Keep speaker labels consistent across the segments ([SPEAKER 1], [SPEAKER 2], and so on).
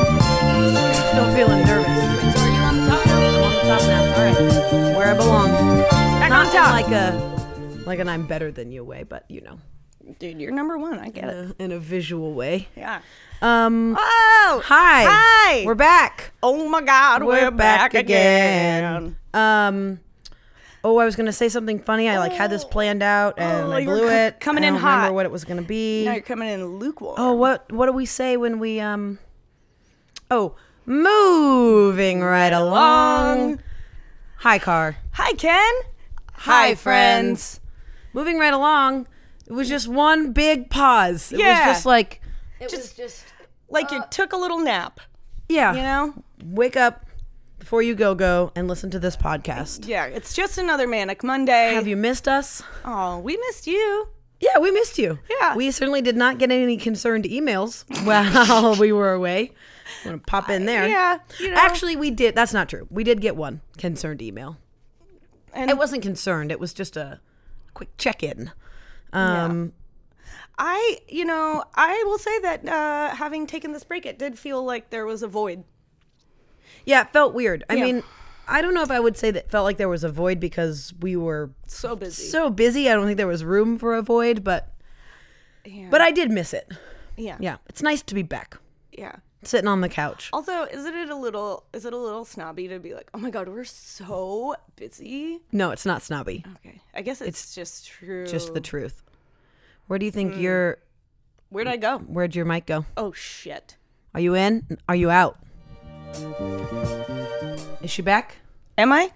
[SPEAKER 1] Still feeling nervous.
[SPEAKER 2] So are you on the top now? I'm on the top now. All right.
[SPEAKER 1] Where I belong.
[SPEAKER 2] Back
[SPEAKER 1] Not
[SPEAKER 2] on
[SPEAKER 1] in
[SPEAKER 2] top.
[SPEAKER 1] like a like an I'm better than you way, but you know,
[SPEAKER 2] Dude, you're number one. I get it.
[SPEAKER 1] uh, in a visual way.
[SPEAKER 2] Yeah.
[SPEAKER 1] Um.
[SPEAKER 2] Oh.
[SPEAKER 1] Hi.
[SPEAKER 2] Hi.
[SPEAKER 1] We're back.
[SPEAKER 2] Oh my God. We're, back, again.
[SPEAKER 1] Um. Oh, I was gonna say something funny. I like had this planned out and
[SPEAKER 2] Oh,
[SPEAKER 1] I
[SPEAKER 2] you were
[SPEAKER 1] blew
[SPEAKER 2] co-
[SPEAKER 1] it.
[SPEAKER 2] coming
[SPEAKER 1] I
[SPEAKER 2] in
[SPEAKER 1] don't remember
[SPEAKER 2] hot.
[SPEAKER 1] What it was gonna be.
[SPEAKER 2] Now you're coming in lukewarm.
[SPEAKER 1] Oh, what what do we say when we um? Oh, moving right along. Hi, car.
[SPEAKER 2] Hi, Ken.
[SPEAKER 1] Moving right along. It was just one big pause. It
[SPEAKER 2] Yeah.
[SPEAKER 1] was just like,
[SPEAKER 3] It was just
[SPEAKER 2] Like
[SPEAKER 1] Uh,
[SPEAKER 2] you took a little nap.
[SPEAKER 1] yeah,
[SPEAKER 2] You know?
[SPEAKER 1] wake up before you go go and listen to this podcast.
[SPEAKER 2] Yeah. It's just another manic Monday.
[SPEAKER 1] Have you missed us?
[SPEAKER 2] Oh, we missed you.
[SPEAKER 1] Yeah, we missed you.
[SPEAKER 2] Yeah.
[SPEAKER 1] We certainly did not get any concerned emails while we were away. I'm going to pop in there.
[SPEAKER 2] Yeah. You know.
[SPEAKER 1] Actually, we did. That's not true. We did get one concerned email.
[SPEAKER 2] And-
[SPEAKER 1] it wasn't concerned. It was just a quick check-in. Um,
[SPEAKER 2] I, you know, I will say that uh, having taken this break, it did feel like there was a void.
[SPEAKER 1] yeah. it felt weird. I mean, I don't know if I would say that it felt like there was a void because we were
[SPEAKER 2] So busy.
[SPEAKER 1] so busy. I don't think there was room for a void, but
[SPEAKER 2] Yeah.
[SPEAKER 1] but I did miss it.
[SPEAKER 2] yeah.
[SPEAKER 1] Yeah, it's nice to be back,
[SPEAKER 2] Yeah.
[SPEAKER 1] sitting on the couch.
[SPEAKER 2] Also, isn't it a little is it a little snobby to be like, oh my god, we're so busy?
[SPEAKER 1] No, it's not snobby.
[SPEAKER 2] Okay, I guess it's, just true.
[SPEAKER 1] Just the truth. Where do you think your
[SPEAKER 2] Where'd I go?
[SPEAKER 1] where'd your mic go?
[SPEAKER 2] Oh shit!
[SPEAKER 1] Are you in? Are you out? Is she back?
[SPEAKER 2] Am I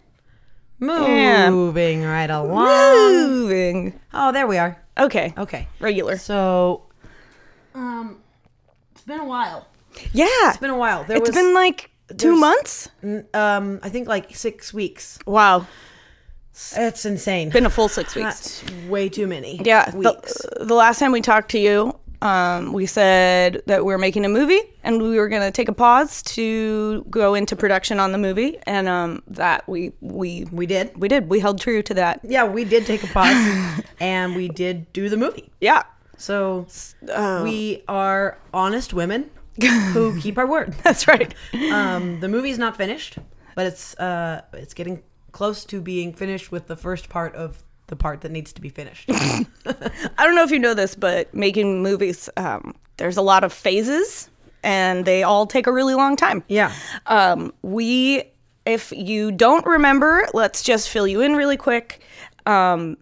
[SPEAKER 1] Moving right along.
[SPEAKER 2] moving?
[SPEAKER 1] Oh, there we are.
[SPEAKER 2] Okay,
[SPEAKER 1] Okay.
[SPEAKER 2] regular.
[SPEAKER 1] So, um, it's been a while.
[SPEAKER 2] Yeah, it's
[SPEAKER 1] It's been a while. There was,
[SPEAKER 2] been like two
[SPEAKER 1] there's-
[SPEAKER 2] months.
[SPEAKER 1] um, I think like six weeks.
[SPEAKER 2] Wow,
[SPEAKER 1] It's insane.
[SPEAKER 2] been a full six weeks.
[SPEAKER 1] That's way too many.
[SPEAKER 2] Yeah,
[SPEAKER 1] weeks.
[SPEAKER 2] The, the last time we talked to you, um, we said that we were making a movie and we were going to take a pause to go into production on the movie, and um, that we we
[SPEAKER 1] we did.
[SPEAKER 2] we did we held true to that.
[SPEAKER 1] Yeah, we did take a pause, and we did do the movie.
[SPEAKER 2] Yeah.
[SPEAKER 1] So
[SPEAKER 2] Oh.
[SPEAKER 1] we are honest women who keep our word.
[SPEAKER 2] That's right.
[SPEAKER 1] Um, the movie's not finished, but it's uh, it's getting close to being finished with the first part of the part that needs to be finished.
[SPEAKER 2] I don't know if you know this, but making movies, um, there's a lot of phases, and they all take a really long time.
[SPEAKER 1] Yeah.
[SPEAKER 2] Um, we, if you don't remember, let's just fill you in really quick. Um,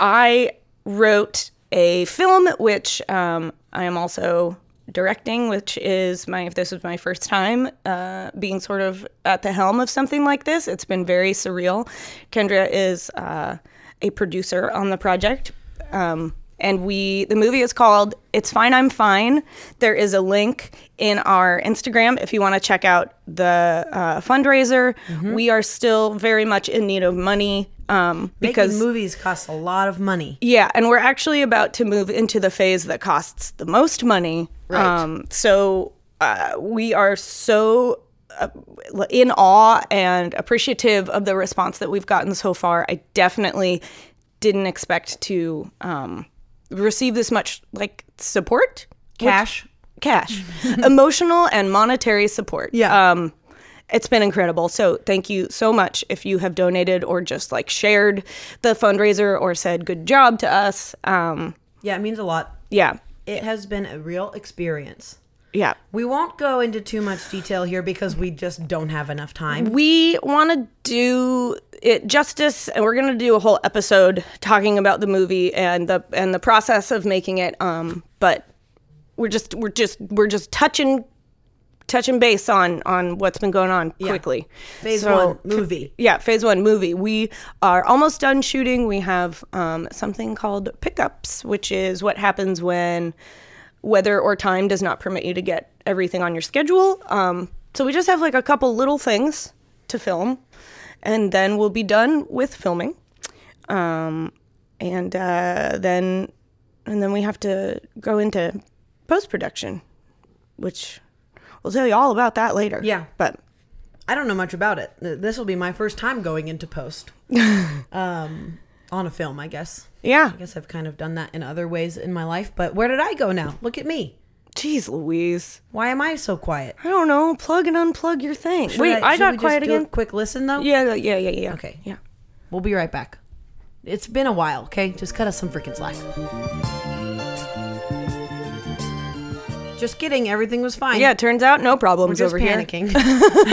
[SPEAKER 2] I wrote a film, which um, I am also directing, which is my, if this is my first time uh, being sort of at the helm of something like this, it's been very surreal. Kendra is uh, a producer on the project. Um, and we, the movie is called It's Fine, I'm Fine. There is a link in our Instagram if you want to check out the uh, fundraiser. We are still very much in need of money um, because
[SPEAKER 1] Making movies costs a lot of money.
[SPEAKER 2] yeah, and we're actually about to move into the phase that costs the most money. Right. Um, so uh, we are so uh, in awe and appreciative of the response that we've gotten so far. I definitely didn't expect to um, receive this much like support,
[SPEAKER 1] Cash.
[SPEAKER 2] cash, emotional and monetary support.
[SPEAKER 1] Mm-hmm. Yeah.
[SPEAKER 2] Um, it's been incredible. So thank you so much if you have donated or just like shared the fundraiser or said good job to us. Um,
[SPEAKER 1] yeah, it means a lot.
[SPEAKER 2] yeah.
[SPEAKER 1] It has been a real experience.
[SPEAKER 2] Yeah.
[SPEAKER 1] We won't go into too much detail here because we just don't have enough time.
[SPEAKER 2] We want to do it justice and we're going to do a whole episode talking about the movie and the and the process of making it um but we're just we're just we're just touching touching base on on what's been going on quickly.
[SPEAKER 1] Phase
[SPEAKER 2] So-
[SPEAKER 1] one movie.
[SPEAKER 2] yeah, phase one movie. We are almost done shooting. We have um, something called pickups, which is what happens when weather or time does not permit you to get everything on your schedule. Um, so we just have like a couple little things to film, and then we'll be done with filming. Um, and uh, then and then we have to go into post production, which we'll tell you all about that later.
[SPEAKER 1] Yeah.
[SPEAKER 2] but
[SPEAKER 1] I don't know much about it. Th- This will be my first time going into post um, on a film, I guess.
[SPEAKER 2] Yeah.
[SPEAKER 1] I guess I've kind of done that in other ways in my life, but where did I go now? Look at me.
[SPEAKER 2] Jeez Louise.
[SPEAKER 1] Why am I so quiet?
[SPEAKER 2] I don't know. Plug and unplug your thing.
[SPEAKER 1] Should
[SPEAKER 2] Wait,
[SPEAKER 1] should
[SPEAKER 2] I,
[SPEAKER 1] we
[SPEAKER 2] got
[SPEAKER 1] just
[SPEAKER 2] quiet
[SPEAKER 1] do a
[SPEAKER 2] again.
[SPEAKER 1] quick listen though.
[SPEAKER 2] Yeah, yeah, yeah, yeah.
[SPEAKER 1] Okay.
[SPEAKER 2] Yeah.
[SPEAKER 1] We'll be right back. It's been a while, okay? Just cut us some freaking slack. Just kidding. Everything was fine.
[SPEAKER 2] Yeah, it turns out no problems
[SPEAKER 1] just
[SPEAKER 2] over here.
[SPEAKER 1] panicking.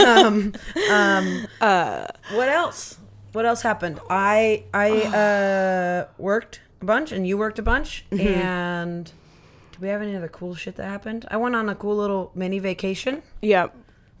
[SPEAKER 1] um, um,
[SPEAKER 2] Uh,
[SPEAKER 1] what else? What else happened? I I uh, worked a bunch, and you worked a bunch,
[SPEAKER 2] Mm-hmm.
[SPEAKER 1] and. Do we have any other cool shit that happened? I went on a cool little mini vacation.
[SPEAKER 2] Yeah.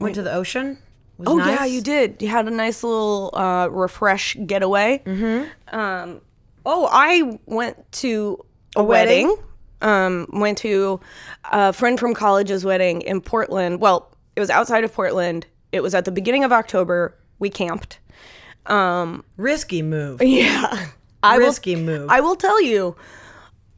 [SPEAKER 1] Went to the ocean. Was
[SPEAKER 2] Oh yeah,
[SPEAKER 1] nice.
[SPEAKER 2] you did. You had a nice little uh, refresh getaway. Mm-hmm. Um, oh, I went to a,
[SPEAKER 1] wedding?
[SPEAKER 2] wedding. Um, went to a friend from college's wedding in Portland. Well, it was outside of Portland. It was at the beginning of October. We camped.
[SPEAKER 1] Risky move.
[SPEAKER 2] Yeah, I will.
[SPEAKER 1] Risky move.
[SPEAKER 2] I will tell you,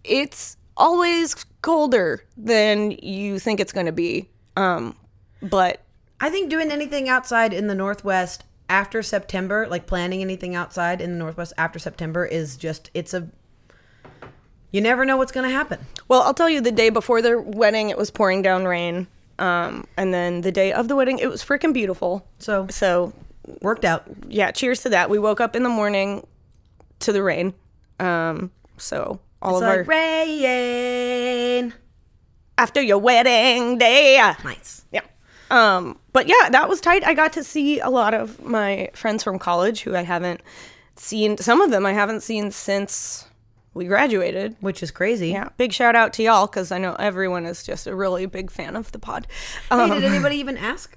[SPEAKER 2] it's always colder than you think it's going to be. Um, but
[SPEAKER 1] I think doing anything outside in the Northwest after September, like planning anything outside in the Northwest after September, is just, it's a, you never know what's going to happen.
[SPEAKER 2] Well, I'll tell you the day before the wedding, it was pouring down rain. Um, and then the day of the wedding, it was freaking beautiful.
[SPEAKER 1] So,
[SPEAKER 2] So,
[SPEAKER 1] worked out.
[SPEAKER 2] yeah, cheers to that. We woke up in the morning to the rain. Um, so, all
[SPEAKER 1] It's
[SPEAKER 2] of our.
[SPEAKER 1] like rain.
[SPEAKER 2] after your wedding day.
[SPEAKER 1] Nice.
[SPEAKER 2] Yeah. Um, but yeah, that was tight. I got to see a lot of my friends from college who I haven't seen. Some of them I haven't seen since we graduated.
[SPEAKER 1] Which is crazy.
[SPEAKER 2] Yeah, big shout out to y'all because I know everyone is just a really big fan of the pod.
[SPEAKER 1] Hey,
[SPEAKER 2] Um, Mm.
[SPEAKER 1] did anybody even ask?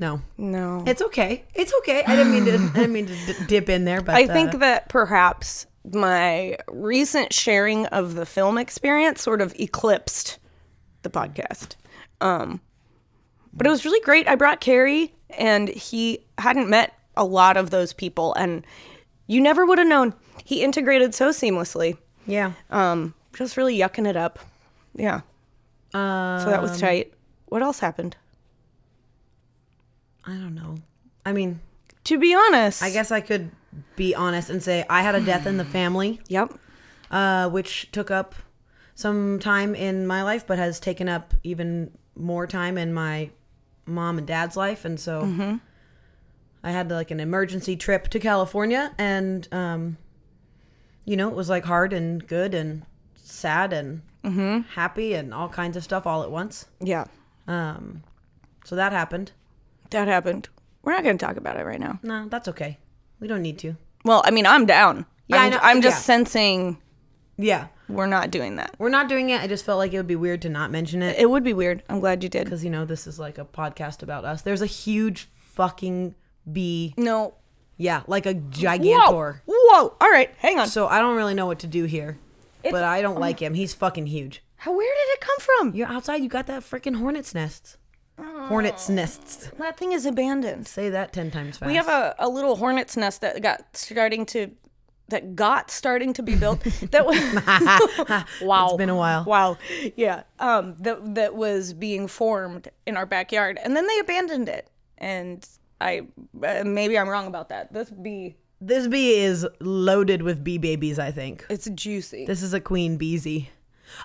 [SPEAKER 1] No.
[SPEAKER 2] no,
[SPEAKER 1] It's okay. It's okay. I didn't mean to, I didn't mean to d- dip in there, but
[SPEAKER 2] I
[SPEAKER 1] uh,
[SPEAKER 2] think that perhaps my recent sharing of the film experience sort of eclipsed the podcast. Um, but it was really great. I brought Carrie, and he hadn't met a lot of those people, and you never would have known. He integrated so seamlessly.
[SPEAKER 1] yeah.
[SPEAKER 2] Um, just really yucking it up. Yeah.
[SPEAKER 1] Uh,
[SPEAKER 2] So that was tight. What else happened?
[SPEAKER 1] I don't know. I mean,
[SPEAKER 2] To be honest,
[SPEAKER 1] I guess I could be honest and say I had a death in the family.
[SPEAKER 2] Yep.
[SPEAKER 1] uh, which took up some time in my life, but has taken up even more time in my mom and dad's life. And so I had like an emergency trip to California, and um, you know, it was like hard and good and sad and happy and all kinds of stuff all at once.
[SPEAKER 2] Yeah.
[SPEAKER 1] Um, so that happened.
[SPEAKER 2] That happened. We're not going to talk about it right now.
[SPEAKER 1] No, that's okay. We don't need to.
[SPEAKER 2] Well, I mean, I'm down.
[SPEAKER 1] Yeah, I
[SPEAKER 2] I'm,
[SPEAKER 1] know.
[SPEAKER 2] am just
[SPEAKER 1] Yeah.
[SPEAKER 2] sensing
[SPEAKER 1] Yeah.
[SPEAKER 2] we're not doing that.
[SPEAKER 1] We're not doing it. I just felt like it would be weird to not mention it.
[SPEAKER 2] It would be weird. I'm glad you did.
[SPEAKER 1] because you know this is like a podcast about us. There's a huge fucking bee,
[SPEAKER 2] No.
[SPEAKER 1] yeah, like a
[SPEAKER 2] Whoa.
[SPEAKER 1] gigantor.
[SPEAKER 2] Whoa. All right. Hang on.
[SPEAKER 1] So I don't really know what to do here, but I
[SPEAKER 2] um,
[SPEAKER 1] don't like him. He's fucking huge.
[SPEAKER 2] How, where did it come from?
[SPEAKER 1] You're outside. You got that freaking hornet's nests.
[SPEAKER 2] Oh.
[SPEAKER 1] Hornet's nests.
[SPEAKER 2] that thing is abandoned.
[SPEAKER 1] Say that ten times fast.
[SPEAKER 2] We have a, a little hornet's nest that got starting to that got starting to be built. that was wow.
[SPEAKER 1] It's been a while.
[SPEAKER 2] Wow. Yeah. Um. That that was being formed in our backyard, and then they abandoned it. And I uh, maybe I'm wrong about that. This bee,
[SPEAKER 1] This bee is loaded with bee babies. I think
[SPEAKER 2] it's juicy.
[SPEAKER 1] this is a queen beezy.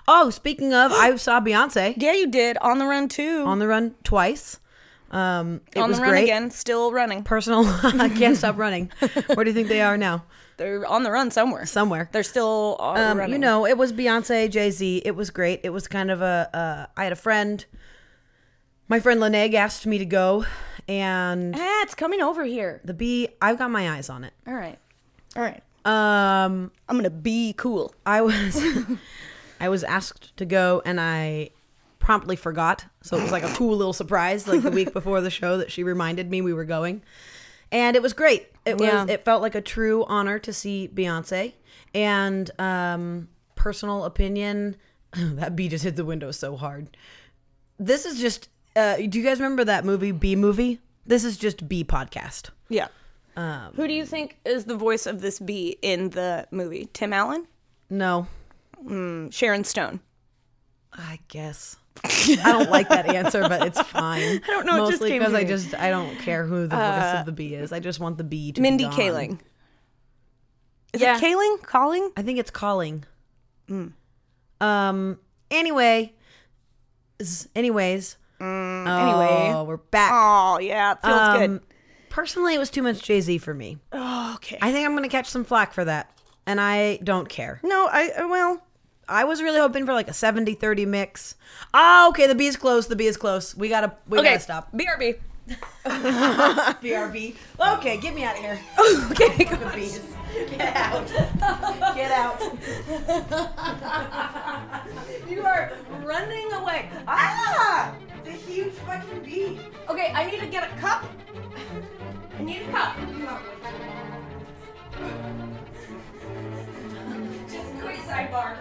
[SPEAKER 1] Oh, speaking of, I saw Beyonce
[SPEAKER 2] yeah, you did on the run too.
[SPEAKER 1] on the run twice. Um, it
[SPEAKER 2] on
[SPEAKER 1] was
[SPEAKER 2] the run
[SPEAKER 1] great.
[SPEAKER 2] again, still running.
[SPEAKER 1] Personal, I can't stop running. Where do you think they are now?
[SPEAKER 2] They're on the run somewhere.
[SPEAKER 1] Somewhere.
[SPEAKER 2] They're still uh,
[SPEAKER 1] Um,
[SPEAKER 2] running.
[SPEAKER 1] you know, it was Beyonce, Jay Z. It was great. It was kind of a. Uh, I had a friend. My friend Lene asked me to go, and
[SPEAKER 2] ah, it's coming over here.
[SPEAKER 1] the bee. I've got my eyes on it.
[SPEAKER 2] All right. All right.
[SPEAKER 1] Um,
[SPEAKER 2] I'm gonna be cool.
[SPEAKER 1] I was, I was asked to go, and I promptly forgot. So it was like a cool little surprise, like the week before the show that she reminded me we were going, and it was great. It was.
[SPEAKER 2] Yeah.
[SPEAKER 1] It felt like a true honor to see Beyonce, and um, personal opinion. that bee just hit the window so hard. This is just. Uh, do you guys remember that movie Bee Movie? This is just Bee Podcast.
[SPEAKER 2] Yeah. Um, Who do you think is the voice of this bee in the movie? Tim Allen?
[SPEAKER 1] No,
[SPEAKER 2] Sharon Stone.
[SPEAKER 1] I guess. I don't like that answer, but it's fine. I
[SPEAKER 2] don't know, it just
[SPEAKER 1] Mostly
[SPEAKER 2] came
[SPEAKER 1] because
[SPEAKER 2] to
[SPEAKER 1] I
[SPEAKER 2] me. Uh,
[SPEAKER 1] just I don't care who the voice of the bee is. I just want the bee to be
[SPEAKER 2] Mindy
[SPEAKER 1] gone.
[SPEAKER 2] Kaling. Is
[SPEAKER 1] Yeah.
[SPEAKER 2] it Kaling? Calling?
[SPEAKER 1] I think it's calling.
[SPEAKER 2] Mm.
[SPEAKER 1] Um. Anyway. s- Anyways.
[SPEAKER 2] Mm, anyway.
[SPEAKER 1] Oh, we're back.
[SPEAKER 2] Oh yeah, it feels
[SPEAKER 1] Um, Personally, it was too much Jay Z for me.
[SPEAKER 2] good. Oh, okay.
[SPEAKER 1] I think I'm gonna catch some flack for that, and I don't care.
[SPEAKER 2] no, I uh, well,
[SPEAKER 1] I was really hoping for like a 70-30 mix. Oh, okay, the bee's close. The bee is close. We gotta we
[SPEAKER 2] okay.
[SPEAKER 1] gotta stop.
[SPEAKER 2] BRB.
[SPEAKER 1] BRB. Okay, get me out of here.
[SPEAKER 2] Okay.
[SPEAKER 1] The bees. Get out. Get out.
[SPEAKER 3] You are running away.
[SPEAKER 1] Ah! The huge fucking bee.
[SPEAKER 3] Okay, I need to get a cup. I need a cup. Just a quick sidebar.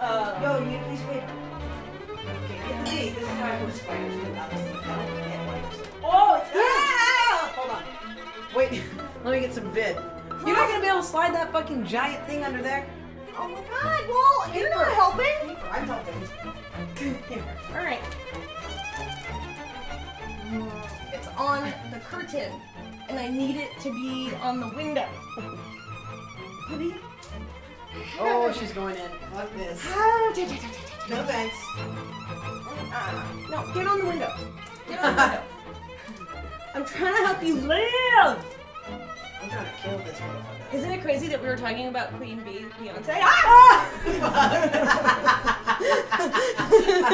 [SPEAKER 1] Yo, you need to please wait. Okay, get the bee. This is how I put spiders in the house. Oh, it's yeah! Hold on. Wait, let me get some vid. You're not gonna be able to slide that fucking giant thing under there.
[SPEAKER 3] Oh my god, well, you're not helping.
[SPEAKER 1] I'm helping. Here.
[SPEAKER 3] Alright. It's on the curtain, and I need it to be on the window.
[SPEAKER 1] Oh, she's going in. Fuck this.
[SPEAKER 3] Ah,
[SPEAKER 1] No thanks.
[SPEAKER 3] Uh, no, get on the window. Get on the window. I'm trying to help you live.
[SPEAKER 1] I'm trying to kill this motherfucker.
[SPEAKER 3] Isn't it crazy that we were talking about Queen Bee Beyonce? Ah!
[SPEAKER 1] You can't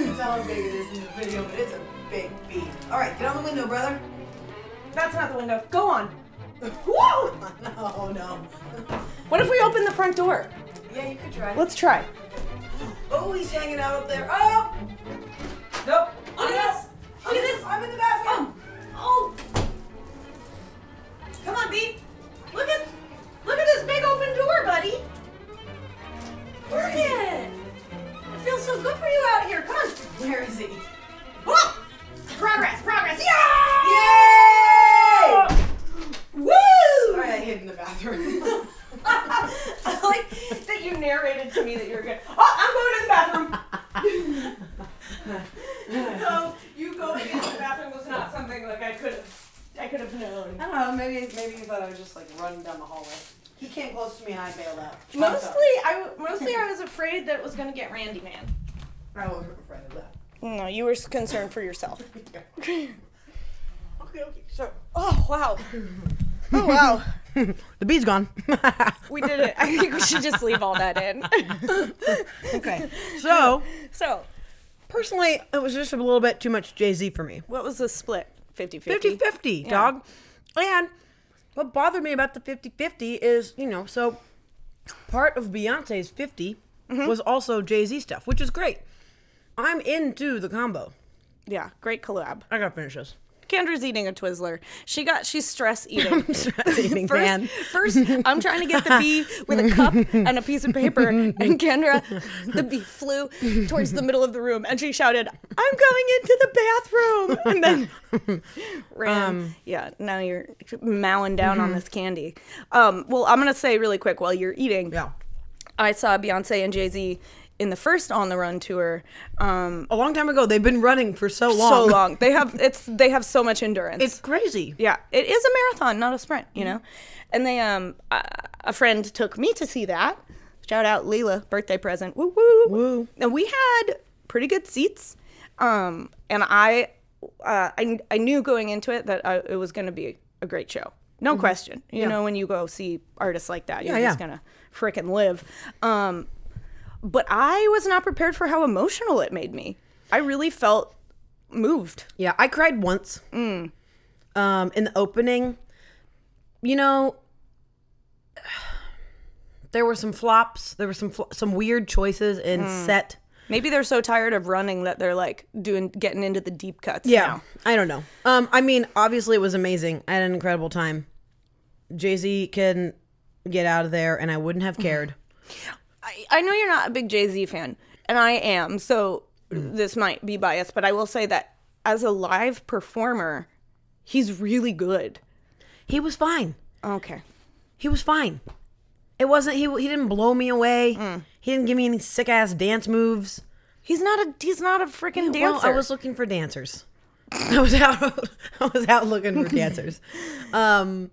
[SPEAKER 1] even tell how big it is in the video, but it's a big beat. All right, get on the window, brother.
[SPEAKER 3] That's not the window. Go on.
[SPEAKER 1] Whoa! No, no.
[SPEAKER 3] What if we open the front door?
[SPEAKER 1] Yeah, you could try.
[SPEAKER 2] Let's try.
[SPEAKER 1] Oh, he's hanging out up there. Oh! Nope.
[SPEAKER 3] Look at this. Look at this.
[SPEAKER 1] I'm in the bathroom.
[SPEAKER 3] Oh. Come on, Bee. Look at look at this big open door, buddy. Work it. It feels so good for you out here. Come on.
[SPEAKER 1] Where is he?
[SPEAKER 3] Whoa! Progress, progress. Yeah!
[SPEAKER 1] Yay!
[SPEAKER 3] Woo!
[SPEAKER 1] Sorry, I hid in the bathroom.
[SPEAKER 3] I like that you narrated to me that you were good. Oh, I'm going to the bathroom. so you going into the bathroom was not something like I could have. I could have known.
[SPEAKER 1] I don't know. Maybe maybe he thought I was just like running down the hallway. He came close to me and I bailed out. I'm
[SPEAKER 3] Mostly,
[SPEAKER 1] sorry.
[SPEAKER 3] I w- mostly I was afraid that it was going to get Randy Man.
[SPEAKER 1] I wasn't afraid of that.
[SPEAKER 2] No, you were s- concerned for yourself.
[SPEAKER 1] Okay, okay. So
[SPEAKER 2] Oh wow. Oh wow.
[SPEAKER 1] the bee's gone.
[SPEAKER 2] We did it. I think we should just leave all that in.
[SPEAKER 1] okay. So
[SPEAKER 2] so,
[SPEAKER 1] personally, it was just a little bit too much Jay Z for me.
[SPEAKER 2] what was the split? 50
[SPEAKER 1] 50 50, dog. And what bothered me about the 50 50 is, you know, so part of Beyonce's 50 was also Jay Z stuff, which is great. I'm into the combo.
[SPEAKER 2] Yeah, great collab.
[SPEAKER 1] I gotta finish this.
[SPEAKER 2] Kendra's eating a Twizzler. She got she's stress eating.
[SPEAKER 1] Evening,
[SPEAKER 2] First,
[SPEAKER 1] man.
[SPEAKER 2] first, I'm trying to get the bee with a cup and a piece of paper, and Kendra, the bee flew towards the middle of the room, and she shouted, "I'm going into the bathroom!" And then ran.
[SPEAKER 1] Um,
[SPEAKER 2] yeah, now you're mowing down
[SPEAKER 1] mm-hmm.
[SPEAKER 2] on this candy. Um, well, I'm gonna say really quick while you're eating.
[SPEAKER 1] Yeah.
[SPEAKER 2] I saw Beyonce and Jay Z in the first On the Run tour. Um,
[SPEAKER 1] A long time ago, they've been running for so long.
[SPEAKER 2] so long. They have it's they have so much endurance.
[SPEAKER 1] It's crazy.
[SPEAKER 2] Yeah, it is a marathon, not a sprint, you know. And they um a, a friend took me to see that. Shout out Leela, birthday present. Woo woo.
[SPEAKER 1] Woo.
[SPEAKER 2] And we had pretty good seats. Um and I uh, I, I knew going into it that I, it was going to be a great show. No question. You know when you go see artists like that, you're
[SPEAKER 1] Mm-hmm. Yeah,
[SPEAKER 2] just
[SPEAKER 1] yeah.
[SPEAKER 2] going to frickin' live. Um but I was not prepared for how emotional it made me. I really felt moved.
[SPEAKER 1] Yeah, I cried once. Um, in the opening, you know, there were some flops. There were some fl- some weird choices in set.
[SPEAKER 2] Maybe they're so tired of running that they're like doing getting into the deep cuts.
[SPEAKER 1] Yeah,
[SPEAKER 2] now.
[SPEAKER 1] I don't know. Um, I mean, obviously it was amazing. I had an incredible time. Jay Z can get out of there, and I wouldn't have cared.
[SPEAKER 2] I, I know you're not a big Jay Z fan, and I am, so this might be biased, but I will say that as a live performer, he's really good.
[SPEAKER 1] he was fine.
[SPEAKER 2] Okay.
[SPEAKER 1] He was fine. It wasn't he. He didn't blow me away.
[SPEAKER 2] Mm.
[SPEAKER 1] He didn't give me any sick ass dance moves.
[SPEAKER 2] He's not a he's not a freaking dancer.
[SPEAKER 1] Well, I was looking for dancers. I was out. I was out looking for dancers. Um,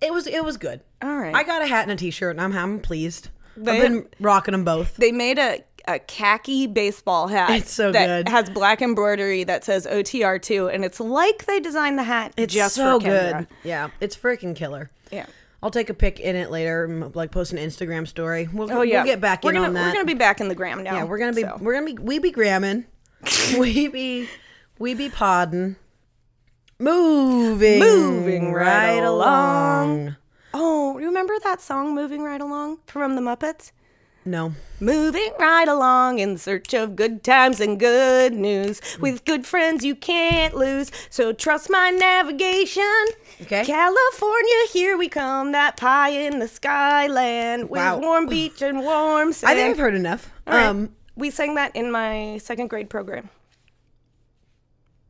[SPEAKER 1] it was it was good.
[SPEAKER 2] All right.
[SPEAKER 1] I got a hat and a t-shirt, and I'm I'm pleased.
[SPEAKER 2] They-
[SPEAKER 1] I've been rocking them both.
[SPEAKER 2] they made a, a khaki baseball hat.
[SPEAKER 1] It's so
[SPEAKER 2] that
[SPEAKER 1] good.
[SPEAKER 2] Has black embroidery that says OTR2, and it's like they designed the hat
[SPEAKER 1] It's
[SPEAKER 2] just
[SPEAKER 1] so
[SPEAKER 2] for
[SPEAKER 1] good.
[SPEAKER 2] Kendra.
[SPEAKER 1] Yeah, it's freaking killer.
[SPEAKER 2] Yeah.
[SPEAKER 1] I'll take a pic in it later, m- like post an Instagram story. We'll,
[SPEAKER 2] Oh yeah.
[SPEAKER 1] we'll get back
[SPEAKER 2] we're
[SPEAKER 1] in
[SPEAKER 2] gonna,
[SPEAKER 1] on that.
[SPEAKER 2] We're gonna be back in the gram now.
[SPEAKER 1] yeah, we're gonna be
[SPEAKER 2] so.
[SPEAKER 1] we're gonna be we be gramming, we be we be podding, moving
[SPEAKER 2] Moving right
[SPEAKER 1] along.
[SPEAKER 2] Oh, remember that song "Moving Right Along" from the Muppets?
[SPEAKER 1] No.
[SPEAKER 2] Moving right along in search of good times and good news.
[SPEAKER 1] Hmm.
[SPEAKER 2] With good friends you can't lose. So trust my navigation.
[SPEAKER 1] Okay.
[SPEAKER 2] California, here we come. That pie in the sky land. With
[SPEAKER 1] Wow.
[SPEAKER 2] warm beach and warm sand.
[SPEAKER 1] I think I've heard enough.
[SPEAKER 2] All right.
[SPEAKER 1] Um,
[SPEAKER 2] we sang that in my second grade program.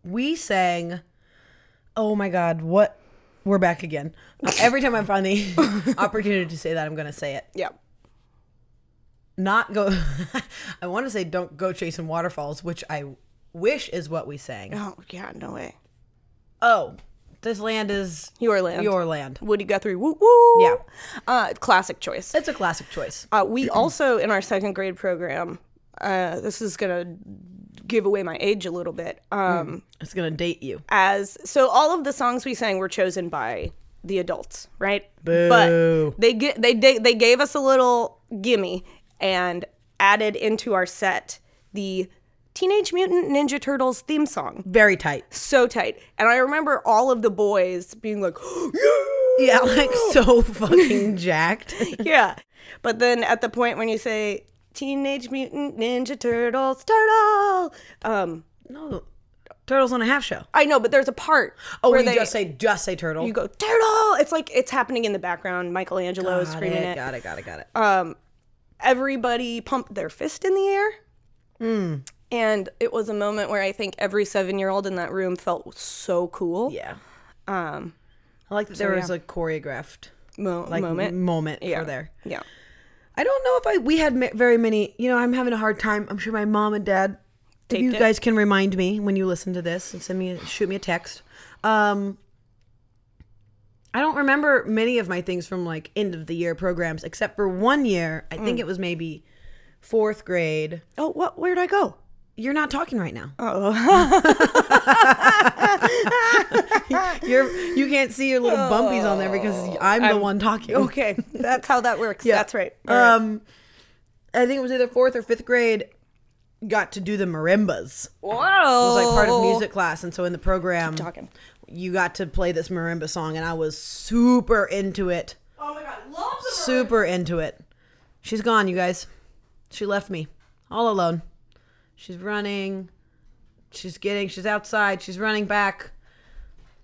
[SPEAKER 1] we sang. Oh my God! What? We're back again. Uh, every time I find the opportunity to say that, I'm gonna say it.
[SPEAKER 2] Yeah.
[SPEAKER 1] Not go. I want to say don't go chasing waterfalls, which I wish is what we sang.
[SPEAKER 2] Oh, yeah, no way.
[SPEAKER 1] Oh, this land is
[SPEAKER 2] Your land.
[SPEAKER 1] your land.
[SPEAKER 2] Woody Guthrie, woo woo.
[SPEAKER 1] Yeah.
[SPEAKER 2] Uh, classic choice.
[SPEAKER 1] It's a classic choice.
[SPEAKER 2] Uh, we also, in our second grade program, uh, this is going to give away my age a little bit. Um,
[SPEAKER 1] It's gonna date you.
[SPEAKER 2] As so, all of the songs we sang were chosen by the adults, right?
[SPEAKER 1] Boo.
[SPEAKER 2] But they get they they they gave us a little gimme and added into our set the Teenage Mutant Ninja Turtles theme song.
[SPEAKER 1] Very tight.
[SPEAKER 2] So tight, and I remember all of the boys being like, "Yeah,
[SPEAKER 1] Yeah, like so fucking jacked.
[SPEAKER 2] yeah. But then at the point when you say Teenage Mutant Ninja Turtles, turtle. Um,
[SPEAKER 1] No, turtles on a half show.
[SPEAKER 2] I know, but there's a part
[SPEAKER 1] Oh,
[SPEAKER 2] where
[SPEAKER 1] where
[SPEAKER 2] they
[SPEAKER 1] you just say just say turtle.
[SPEAKER 2] you go turtle. It's like it's happening in the background. Michelangelo is
[SPEAKER 1] got
[SPEAKER 2] screaming
[SPEAKER 1] it,
[SPEAKER 2] it. Uh,
[SPEAKER 1] Got it. Got it. Got it.
[SPEAKER 2] Everybody pumped their fist in the air.
[SPEAKER 1] Hmm.
[SPEAKER 2] And it was a moment where I think every seven year old in that room felt so cool.
[SPEAKER 1] yeah. Um, I like that there was a choreographed
[SPEAKER 2] Mo-
[SPEAKER 1] like,
[SPEAKER 2] moment.
[SPEAKER 1] moment
[SPEAKER 2] yeah.
[SPEAKER 1] for there.
[SPEAKER 2] Yeah.
[SPEAKER 1] I don't know if I we had ma- very many. You know, I'm having a hard time. I'm sure my mom and dad. If
[SPEAKER 2] Taped
[SPEAKER 1] you
[SPEAKER 2] it.
[SPEAKER 1] guys can remind me when you listen to this and send me a, shoot me a text. Um, I don't remember many of my things from like end of the year programs except for one year. I think it was maybe fourth grade.
[SPEAKER 2] Mm. Oh, what? Where'd I go?
[SPEAKER 1] You're not talking right now. Oh. You're you can't see your little bumpies on there because I'm, the one talking.
[SPEAKER 2] Oh, Okay, that's how that works. That's right. All right.
[SPEAKER 1] Um I think it was either 4th or 5th grade got to do the marimbas. It
[SPEAKER 2] Whoa.
[SPEAKER 1] was like part of music class and so in the program
[SPEAKER 2] Oh. talking.
[SPEAKER 1] you got to play this marimba song and I was super into it.
[SPEAKER 3] Oh my god, love the
[SPEAKER 1] Super into it. She's gone, you guys. She left me all alone. She's running. She's getting, she's outside. She's running back.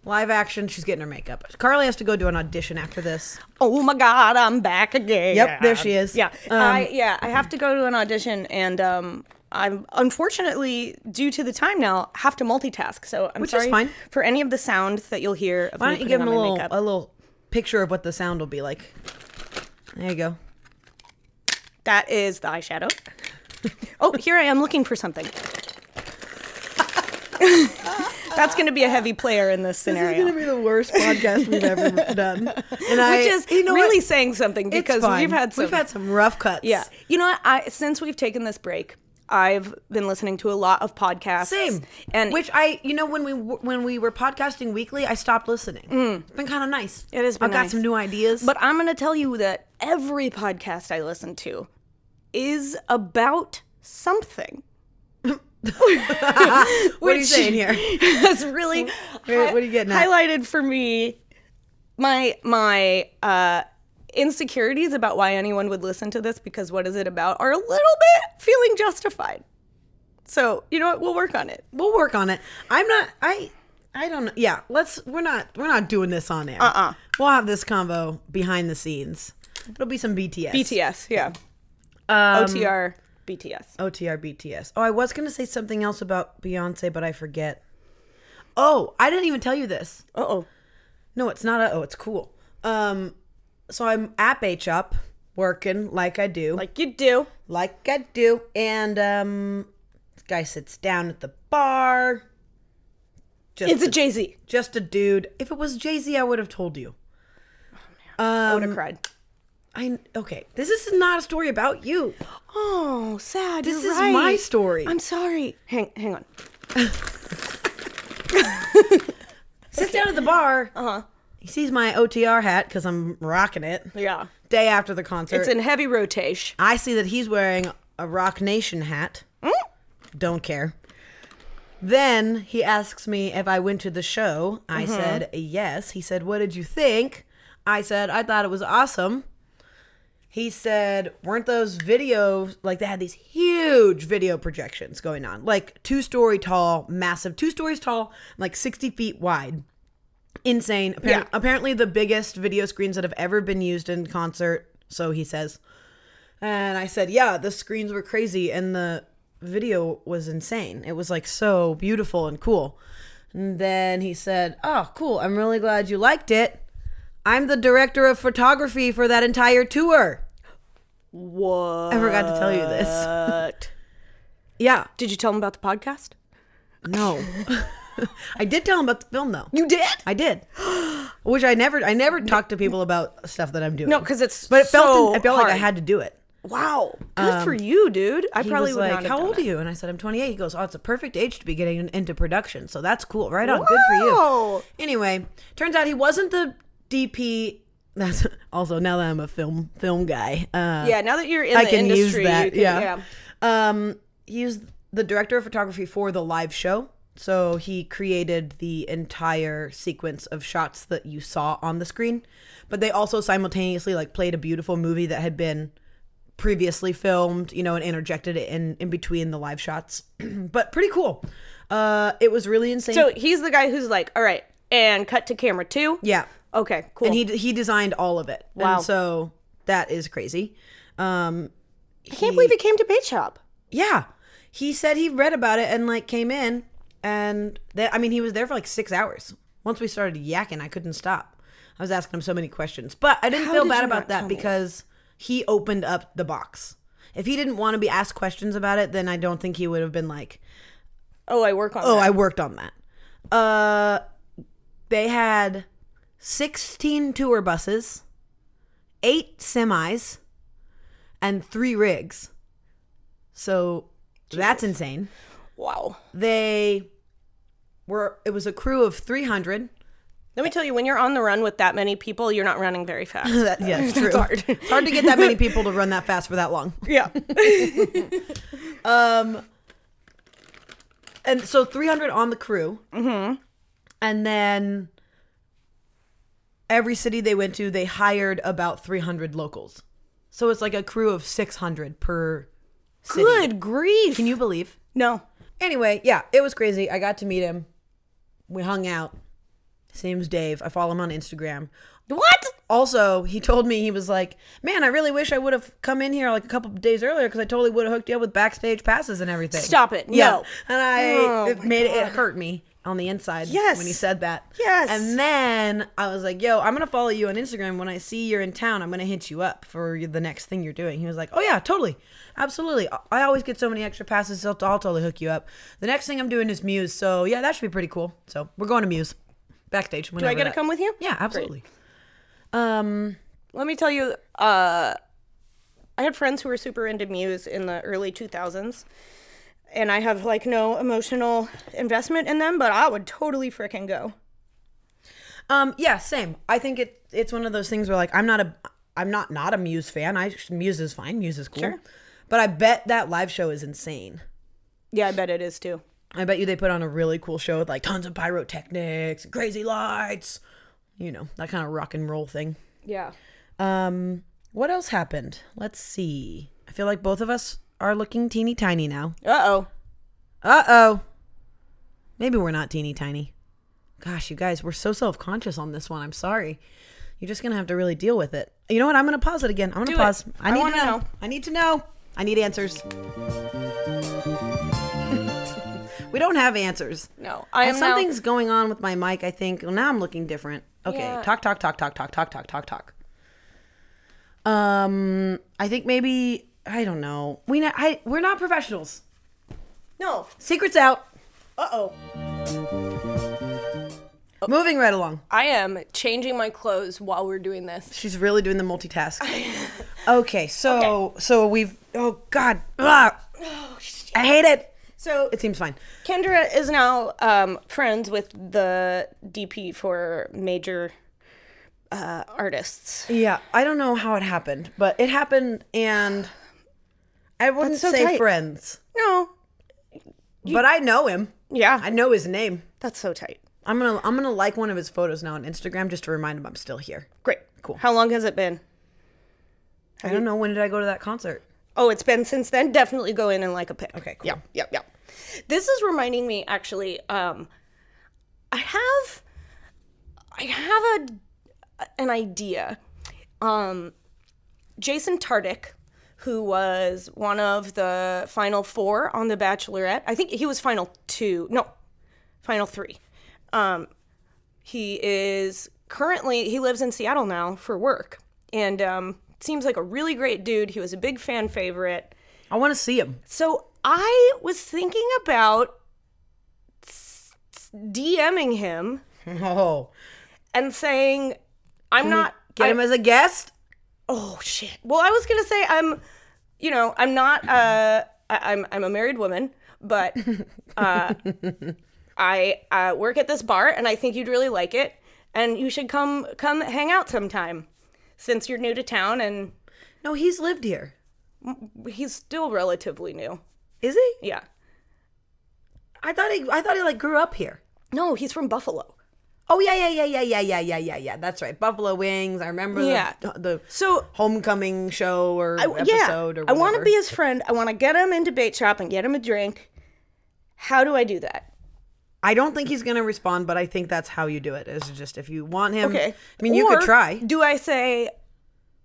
[SPEAKER 1] Live action. She's getting her makeup. Carly has to go do an audition after this.
[SPEAKER 2] oh my god i'm back again
[SPEAKER 1] Yep, there she is.
[SPEAKER 2] yeah
[SPEAKER 1] Um,
[SPEAKER 2] i yeah i have to go to an audition and um i'm unfortunately due to the time now have to multitask so i'm
[SPEAKER 1] Which is
[SPEAKER 2] sorry
[SPEAKER 1] fine.
[SPEAKER 2] for any of the sound that you'll hear of
[SPEAKER 1] Why
[SPEAKER 2] me
[SPEAKER 1] don't you
[SPEAKER 2] putting
[SPEAKER 1] give him
[SPEAKER 2] on
[SPEAKER 1] a
[SPEAKER 2] my
[SPEAKER 1] little,
[SPEAKER 2] makeup.
[SPEAKER 1] a little picture of what the sound will be like? There you go.
[SPEAKER 2] that is the eyeshadow oh here i am looking for something that's going to be a heavy player in this
[SPEAKER 1] This
[SPEAKER 2] scenario
[SPEAKER 1] is gonna be the worst podcast we've ever done, and
[SPEAKER 2] which is really saying something because we've had some
[SPEAKER 1] we've had some rough cuts.
[SPEAKER 2] Yeah. You know what? I since we've taken this break, I've been listening to a lot of podcasts.
[SPEAKER 1] Same.
[SPEAKER 2] And
[SPEAKER 1] which I, you know, when we w- when we were podcasting weekly, I stopped listening. It's Mm. been kind of nice.
[SPEAKER 2] It has
[SPEAKER 1] I've
[SPEAKER 2] been
[SPEAKER 1] got
[SPEAKER 2] nice.
[SPEAKER 1] some new ideas.
[SPEAKER 2] but I'm gonna tell you that every podcast I listen to is about something.
[SPEAKER 1] what are you
[SPEAKER 2] which-
[SPEAKER 1] saying here?
[SPEAKER 2] That's really
[SPEAKER 1] Wait, what are you getting at?
[SPEAKER 2] highlighted for me my my uh insecurities about why anyone would listen to this because what is it about are a little bit feeling justified. So, you know what? We'll work on it.
[SPEAKER 1] We'll work on it. I'm not. I. I don't. know. Yeah. Let's. We're not. We're not doing this on air. Uh. uh We'll have this convo behind the scenes. It'll be some BTS.
[SPEAKER 2] BTS, yeah.
[SPEAKER 1] Um,
[SPEAKER 2] OTR BTS.
[SPEAKER 1] OTR BTS. Oh, I was gonna say something else about Beyonce, but I forget. Oh, I didn't even tell you this.
[SPEAKER 2] Uh oh.
[SPEAKER 1] No, it's not. Uh oh, it's cool. Um, so I'm at Bake Shop working like I do, like,
[SPEAKER 2] Like you do.
[SPEAKER 1] I do. And um, this guy sits down at the bar. Just
[SPEAKER 2] It's a Jay Z.
[SPEAKER 1] just a dude. If it was Jay Z, I would have told you.
[SPEAKER 2] I
[SPEAKER 1] Um,
[SPEAKER 2] would have cried.
[SPEAKER 1] I okay. This is not a story about you.
[SPEAKER 2] Oh, sad.
[SPEAKER 1] This
[SPEAKER 2] you're
[SPEAKER 1] is my
[SPEAKER 2] right.
[SPEAKER 1] story.
[SPEAKER 2] I'm sorry. Hang, hang on.
[SPEAKER 1] Sits down at the bar. Uh
[SPEAKER 2] Uh-huh.
[SPEAKER 1] huh. He sees my OTR hat because I'm rocking it.
[SPEAKER 2] Yeah,
[SPEAKER 1] Day after the concert,
[SPEAKER 2] it's in heavy rotation.
[SPEAKER 1] I see that he's wearing a Rock Nation hat. Don't care. Then he asks me if I went to the show. I said yes. He said, "What did you think?" I said, "I thought it was awesome." He said, "Weren't those videos like they had these huge video projections going on, like two story tall, massive, two stories tall, like sixty feet wide, insane? Appar-
[SPEAKER 2] Yeah.
[SPEAKER 1] Apparently, the biggest video screens that have ever been used in concert." So he says. And I said, "Yeah, the screens were crazy and the video was insane. It was like so beautiful and cool." And then he said, "Oh, cool. I'm really glad you liked it. I'm the director of photography for that entire tour."
[SPEAKER 2] What?
[SPEAKER 1] I forgot to tell you this. yeah.
[SPEAKER 2] Did you tell him about the podcast?
[SPEAKER 1] No. I did tell him about the film though.
[SPEAKER 2] You did.
[SPEAKER 1] I did. Which I never I never talk to people about stuff that I'm doing.
[SPEAKER 2] No, 'cause it's
[SPEAKER 1] But it
[SPEAKER 2] so
[SPEAKER 1] felt I felt like I
[SPEAKER 2] hard.
[SPEAKER 1] had to do it.
[SPEAKER 2] Wow. Good for you, dude. I
[SPEAKER 1] He
[SPEAKER 2] probably
[SPEAKER 1] was
[SPEAKER 2] would
[SPEAKER 1] like,
[SPEAKER 2] not. Have
[SPEAKER 1] "How
[SPEAKER 2] done
[SPEAKER 1] old
[SPEAKER 2] it.
[SPEAKER 1] are you?" And I said, "I'm 28." He goes, "Oh, it's a perfect age to be getting into production, so that's cool. Right on, good for you."
[SPEAKER 2] Wow.
[SPEAKER 1] Anyway, turns out he wasn't the DP. That's also now that I'm a film film guy. Uh,
[SPEAKER 2] Yeah. Now that you're in
[SPEAKER 1] I
[SPEAKER 2] the
[SPEAKER 1] can use
[SPEAKER 2] industry,
[SPEAKER 1] that.
[SPEAKER 2] you can-
[SPEAKER 1] yeah. Um, he was the director of photography for the live show. So he created the entire sequence of shots that you saw on the screen, but they also simultaneously like played a beautiful movie that had been previously filmed, you know, and interjected it in in between the live shots. but pretty cool. Uh, it was really insane.
[SPEAKER 2] So he's the guy who's like, all right, and cut to camera two.
[SPEAKER 1] yeah,
[SPEAKER 2] Okay. Cool.
[SPEAKER 1] and he he designed all of it.
[SPEAKER 2] Wow.
[SPEAKER 1] And so that is crazy. Um,
[SPEAKER 2] I can't believe he came to Bait Shop.
[SPEAKER 1] Yeah. He said he read about it and like came in and that I mean he was there for like 6 hours. Once we started yakking, I couldn't stop. I was asking him so many questions, but I didn't
[SPEAKER 2] How
[SPEAKER 1] feel
[SPEAKER 2] did
[SPEAKER 1] bad
[SPEAKER 2] you
[SPEAKER 1] about
[SPEAKER 2] not
[SPEAKER 1] that
[SPEAKER 2] tell me?
[SPEAKER 1] because he opened up the box. If he didn't want to be asked questions about it, then I don't think he would have been like,
[SPEAKER 2] Oh, I work on.
[SPEAKER 1] "Oh,
[SPEAKER 2] that.
[SPEAKER 1] I worked on that." Uh they had 16 tour buses, 8 semis, and 3 rigs. So that's insane
[SPEAKER 2] Wow.
[SPEAKER 1] they were it was a crew of 300
[SPEAKER 2] Let me tell you, when you're on the run with that many people, you're not running very fast.
[SPEAKER 1] that, yeah it's true
[SPEAKER 2] It's hard.
[SPEAKER 1] It's hard to get that many people to run that fast for that long Um,
[SPEAKER 2] yeah.
[SPEAKER 1] and so 300 on the crew mm-hmm. and then every city they went to they hired about 300 locals so it's like a crew of 600 per city
[SPEAKER 2] Good grief.
[SPEAKER 1] can you believe
[SPEAKER 2] No.
[SPEAKER 1] anyway yeah it was crazy i got to meet him we hung out his name's dave i follow him on instagram
[SPEAKER 2] What?
[SPEAKER 1] also he told me he was like man i really wish i would have come in here like a couple days earlier because i totally would have hooked you up with backstage passes and everything
[SPEAKER 2] Stop it. No.
[SPEAKER 1] and i
[SPEAKER 2] Oh,
[SPEAKER 1] it
[SPEAKER 2] my
[SPEAKER 1] made it, it hurt me on the inside
[SPEAKER 2] Yes.
[SPEAKER 1] when he said that
[SPEAKER 2] Yes.
[SPEAKER 1] and then i was like yo i'm gonna follow you on instagram when i see you're in town i'm gonna hit you up for the next thing you're doing he was like oh yeah totally absolutely I- i always get so many extra passes so i'll totally hook you up the next thing i'm doing is muse so yeah that should be pretty cool so we're going to muse backstage
[SPEAKER 2] Do I get to come with you?
[SPEAKER 1] yeah absolutely um
[SPEAKER 2] Let me tell you, uh, I had friends who were super into Muse in the early 2000s, and I have like no emotional investment in them, but I would totally frickin' go.
[SPEAKER 1] Um, yeah, same. I think it it's one of those things where like I'm not a I'm not not a Muse fan. I Muse is fine. Muse is cool.
[SPEAKER 2] Sure.
[SPEAKER 1] But I bet that live show is insane.
[SPEAKER 2] Yeah, I bet it is too.
[SPEAKER 1] I bet you they put on a really cool show with like tons of pyrotechnics, crazy lights, you know, that kind of rock and roll thing.
[SPEAKER 2] Yeah.
[SPEAKER 1] Um, what else happened? Let's see. I feel like both of us are looking teeny tiny now.
[SPEAKER 2] Uh oh.
[SPEAKER 1] Uh-oh. Maybe we're not teeny tiny. Gosh, you guys, we're so self-conscious on this one. I'm sorry. You're just gonna have to really deal with it. You know what? I'm gonna pause it again. I'm gonna
[SPEAKER 2] Do it.
[SPEAKER 1] pause.
[SPEAKER 2] I
[SPEAKER 1] I need
[SPEAKER 2] wanna
[SPEAKER 1] to know.
[SPEAKER 2] know.
[SPEAKER 1] I need to know. I need answers. we don't have answers.
[SPEAKER 2] No, I am
[SPEAKER 1] And
[SPEAKER 2] now-
[SPEAKER 1] something's going on with my mic. I think. Well, now I'm looking different. Okay,
[SPEAKER 2] Yeah.
[SPEAKER 1] talk, talk, talk, talk, talk, talk, talk, talk, talk. Um, I think maybe I don't know. We not, I we're not professionals.
[SPEAKER 3] No.
[SPEAKER 1] Secrets out.
[SPEAKER 3] Uh oh.
[SPEAKER 1] Moving right along.
[SPEAKER 4] I am changing my clothes while we're doing this.
[SPEAKER 1] She's really doing the multitask. okay, so so we've oh god, Ugh. I hate it.
[SPEAKER 2] Oh, So
[SPEAKER 1] It seems fine.
[SPEAKER 2] Kendra is now um, friends with the DP for major uh, artists.
[SPEAKER 1] Yeah, I don't know how it happened, but it happened, and I wouldn't
[SPEAKER 2] That's so
[SPEAKER 1] say
[SPEAKER 2] tight.
[SPEAKER 1] friends,
[SPEAKER 2] No,
[SPEAKER 1] but I know him.
[SPEAKER 2] yeah,
[SPEAKER 1] I know his name.
[SPEAKER 2] that's so tight.
[SPEAKER 1] I'm gonna I'm gonna like one of his photos now on Instagram just to remind him I'm still here.
[SPEAKER 2] Great, cool. How long has it been?
[SPEAKER 1] I don't know when did I go to that concert.
[SPEAKER 2] Oh, it's been since then. Definitely go in and like a pic.
[SPEAKER 1] Okay, cool.
[SPEAKER 2] Yep, yep, yep. This is reminding me actually. Um, I have, I have a, an idea. Um, Jason Tardik, who was one of the final four on The Bachelorette. I think he was final two. No, final three. Um, he is currently he lives in Seattle now for work, and um, seems like a really great dude. He was a big fan favorite.
[SPEAKER 1] I want to see him.
[SPEAKER 2] So I was thinking about s- s- DMing him
[SPEAKER 1] Oh,
[SPEAKER 2] and saying, "I'm not."
[SPEAKER 1] get
[SPEAKER 2] I-
[SPEAKER 1] him as a guest.
[SPEAKER 2] oh shit. Well, I was gonna say I'm, you know, I'm not. Uh, I- I'm I'm a married woman, but uh, I uh, work at this bar, and I think you'd really like it, and you should come come hang out sometime, since you're new to town and
[SPEAKER 1] No, he's lived here.
[SPEAKER 2] he's still relatively new.
[SPEAKER 1] Is he?
[SPEAKER 2] Yeah.
[SPEAKER 1] I thought he I thought he like grew up here.
[SPEAKER 2] No, he's from Buffalo.
[SPEAKER 1] Oh yeah yeah yeah yeah yeah yeah yeah yeah yeah. That's right. Buffalo Wings. I remember
[SPEAKER 2] Yeah.
[SPEAKER 1] the, the
[SPEAKER 2] So
[SPEAKER 1] homecoming show or
[SPEAKER 2] I,
[SPEAKER 1] episode
[SPEAKER 2] yeah,
[SPEAKER 1] or
[SPEAKER 2] I
[SPEAKER 1] whatever.
[SPEAKER 2] want to be his friend. I want to get him into bait shop and get him a drink. How do I do that?
[SPEAKER 1] I don't think he's gonna respond, but I think that's how you do it. Is just if you want him.
[SPEAKER 2] Okay.
[SPEAKER 1] I mean, you could
[SPEAKER 2] Or
[SPEAKER 1] try.
[SPEAKER 2] Do I say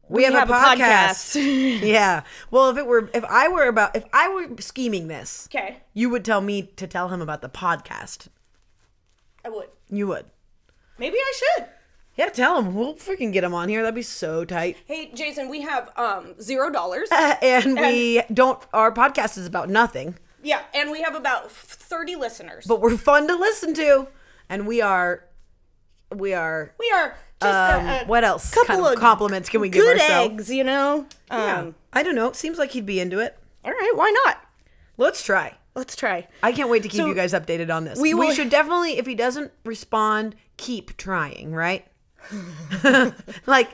[SPEAKER 1] We, have,
[SPEAKER 2] have
[SPEAKER 1] a
[SPEAKER 2] a
[SPEAKER 1] podcast. yeah. Well, if it were, if I were about, if I were scheming this,
[SPEAKER 2] okay?
[SPEAKER 1] you would tell me to tell him about the podcast.
[SPEAKER 2] I would.
[SPEAKER 1] You would.
[SPEAKER 2] Maybe I should.
[SPEAKER 1] Yeah, tell him. We'll freaking get him on here. That'd be so tight.
[SPEAKER 2] Hey, Jason, we have um zero dollars.
[SPEAKER 1] Uh, And we don't. Our podcast is about nothing,
[SPEAKER 2] yeah, and we have about thirty listeners.
[SPEAKER 1] but we're fun to listen to, and we are, we are.
[SPEAKER 2] we are just
[SPEAKER 1] Um,
[SPEAKER 2] a, a
[SPEAKER 1] what else?
[SPEAKER 2] couple
[SPEAKER 1] kind of
[SPEAKER 2] of
[SPEAKER 1] compliments can we give
[SPEAKER 2] good
[SPEAKER 1] ourselves?
[SPEAKER 2] eggs, you know. Um,
[SPEAKER 1] Yeah. I don't know. Seems like he'd be into it.
[SPEAKER 2] All right, why not?
[SPEAKER 1] Let's try.
[SPEAKER 2] Let's try.
[SPEAKER 1] I can't wait to keep
[SPEAKER 2] So,
[SPEAKER 1] you guys updated on this.
[SPEAKER 2] we
[SPEAKER 1] We,
[SPEAKER 2] will-
[SPEAKER 1] should definitely, if he doesn't respond, keep trying, right? like,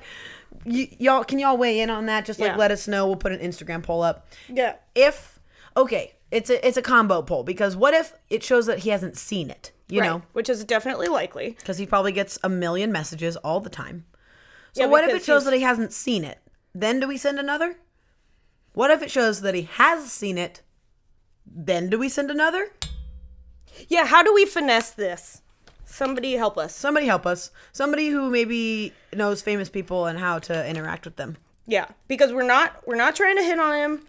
[SPEAKER 1] y- y'all, can y'all weigh in on that? Just like
[SPEAKER 2] Yeah.
[SPEAKER 1] let us know. We'll put an Instagram poll up.
[SPEAKER 2] Yeah.
[SPEAKER 1] If okay, it's a it's a combo poll because what if it shows that he hasn't seen it? You
[SPEAKER 2] right,
[SPEAKER 1] know,
[SPEAKER 2] which is definitely likely.
[SPEAKER 1] because he probably gets a million messages all the time. So
[SPEAKER 2] Yeah,
[SPEAKER 1] what if it
[SPEAKER 2] because
[SPEAKER 1] shows
[SPEAKER 2] he's-
[SPEAKER 1] that he hasn't seen it? Then do we send another? What if it shows that he has seen it? Then do we send another?
[SPEAKER 2] Yeah, how do we finesse this? Somebody help us.
[SPEAKER 1] Somebody help us. Somebody who maybe knows famous people and how to interact with them.
[SPEAKER 2] Yeah, because we're not we're not trying to hit on him.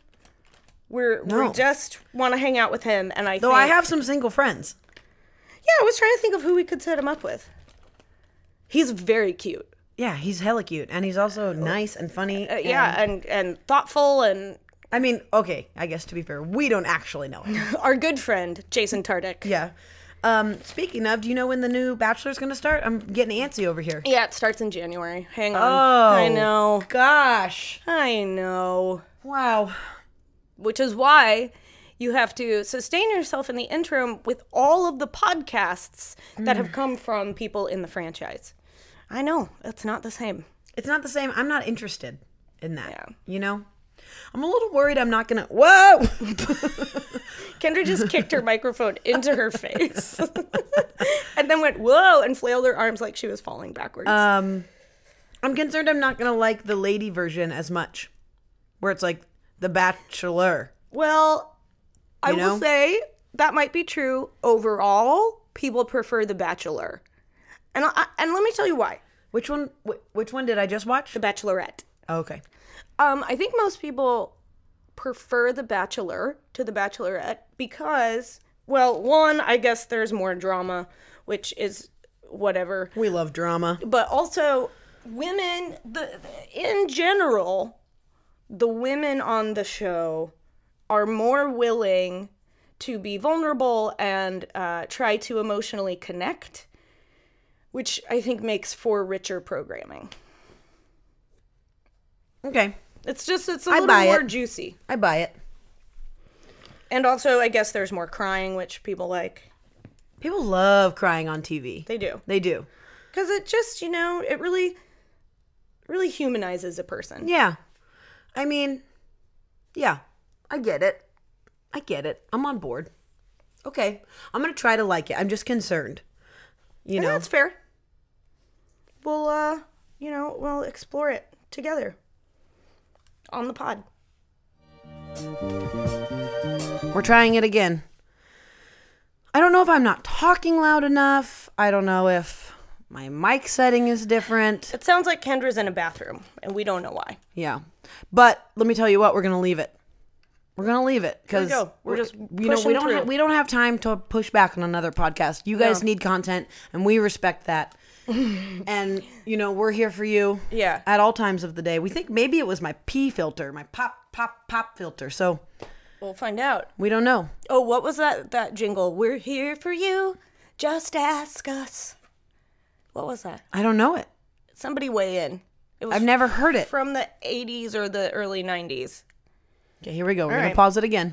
[SPEAKER 2] We're
[SPEAKER 1] No.
[SPEAKER 2] we just want to hang out with him, and I
[SPEAKER 1] Though
[SPEAKER 2] think,
[SPEAKER 1] I have some single friends.
[SPEAKER 2] yeah, I was trying to think of who we could set him up with. He's very cute.
[SPEAKER 1] Yeah, he's hella cute, and he's also nice and funny.
[SPEAKER 2] Oh. Uh, yeah, and and thoughtful, and
[SPEAKER 1] I mean, okay, I guess to be fair, we don't actually know him.
[SPEAKER 2] our good friend Jason Tardik.
[SPEAKER 1] yeah. Um, speaking of, do you know when the new Bachelor's gonna start? I'm getting antsy over here.
[SPEAKER 2] Yeah, it starts in January. Hang on.
[SPEAKER 1] Oh.
[SPEAKER 2] I know.
[SPEAKER 1] Gosh.
[SPEAKER 2] I know.
[SPEAKER 1] Wow.
[SPEAKER 2] Which is why you have to sustain yourself in the interim with all of the podcasts that
[SPEAKER 1] Mm.
[SPEAKER 2] have come from people in the franchise. I know. It's not the same.
[SPEAKER 1] It's not the same. I'm not interested in that.
[SPEAKER 2] Yeah.
[SPEAKER 1] You know? I'm a little worried I'm not gonna Whoa!
[SPEAKER 2] Kendra just kicked her microphone into her face and then went, whoa, and flailed her arms like she was falling backwards.
[SPEAKER 1] Um, I'm concerned I'm not gonna like the lady version as much, where it's like the Bachelor.
[SPEAKER 2] well, I
[SPEAKER 1] you know?
[SPEAKER 2] will say that might be true. Overall, people prefer The Bachelor. And, I, and let me tell you why
[SPEAKER 1] Which one? wh- Which one did I just watch?
[SPEAKER 2] The Bachelorette.
[SPEAKER 1] Oh, okay.
[SPEAKER 2] Um, I think most people prefer The Bachelor to The Bachelorette because, well, one, I guess there's more drama, which is whatever.
[SPEAKER 1] We love drama.
[SPEAKER 2] But also, women the, the- in general the women on the show are more willing to be vulnerable and uh, try to emotionally connect which i think makes for richer programming
[SPEAKER 1] Okay,
[SPEAKER 2] it's just it's a
[SPEAKER 1] I
[SPEAKER 2] little
[SPEAKER 1] buy
[SPEAKER 2] more
[SPEAKER 1] it.
[SPEAKER 2] juicy
[SPEAKER 1] I buy it.
[SPEAKER 2] and also i guess there's more crying which people like
[SPEAKER 1] People love crying on TV.
[SPEAKER 2] they do
[SPEAKER 1] They do.
[SPEAKER 2] because it just you know it really really humanizes a person
[SPEAKER 1] Yeah. I mean, yeah. I get it. I get it. I'm on board. Okay. I'm going to try to like it. I'm just concerned. You
[SPEAKER 2] And
[SPEAKER 1] know.
[SPEAKER 2] that's fair. We'll, uh, you know, we'll explore it together on the pod.
[SPEAKER 1] We're trying it again. I don't know if I'm not talking loud enough. I don't know if my mic setting is different.
[SPEAKER 2] It sounds like Kendra's in a bathroom, and we don't know why.
[SPEAKER 1] Yeah. But let me tell you what, we're going to leave it. We're going to leave it cuz
[SPEAKER 2] There we go. We're just
[SPEAKER 1] you know we
[SPEAKER 2] pushing
[SPEAKER 1] don't ha-
[SPEAKER 2] through.
[SPEAKER 1] we don't have time to push back on another podcast. You guys need content and we respect that. and you know, we're here for you.
[SPEAKER 2] Yeah.
[SPEAKER 1] At all times of the day. We think maybe it was my pee filter, my pop pop pop filter. So,
[SPEAKER 2] We'll find out.
[SPEAKER 1] we don't know.
[SPEAKER 2] Oh, what was that that jingle? We're here for you. Just ask us. What was that?
[SPEAKER 1] I don't know it.
[SPEAKER 2] Somebody weigh in. It was
[SPEAKER 1] I've never heard it.
[SPEAKER 2] from the 80s or the early 90s.
[SPEAKER 1] Okay, here we go. We're going
[SPEAKER 2] right.
[SPEAKER 1] to pause it again.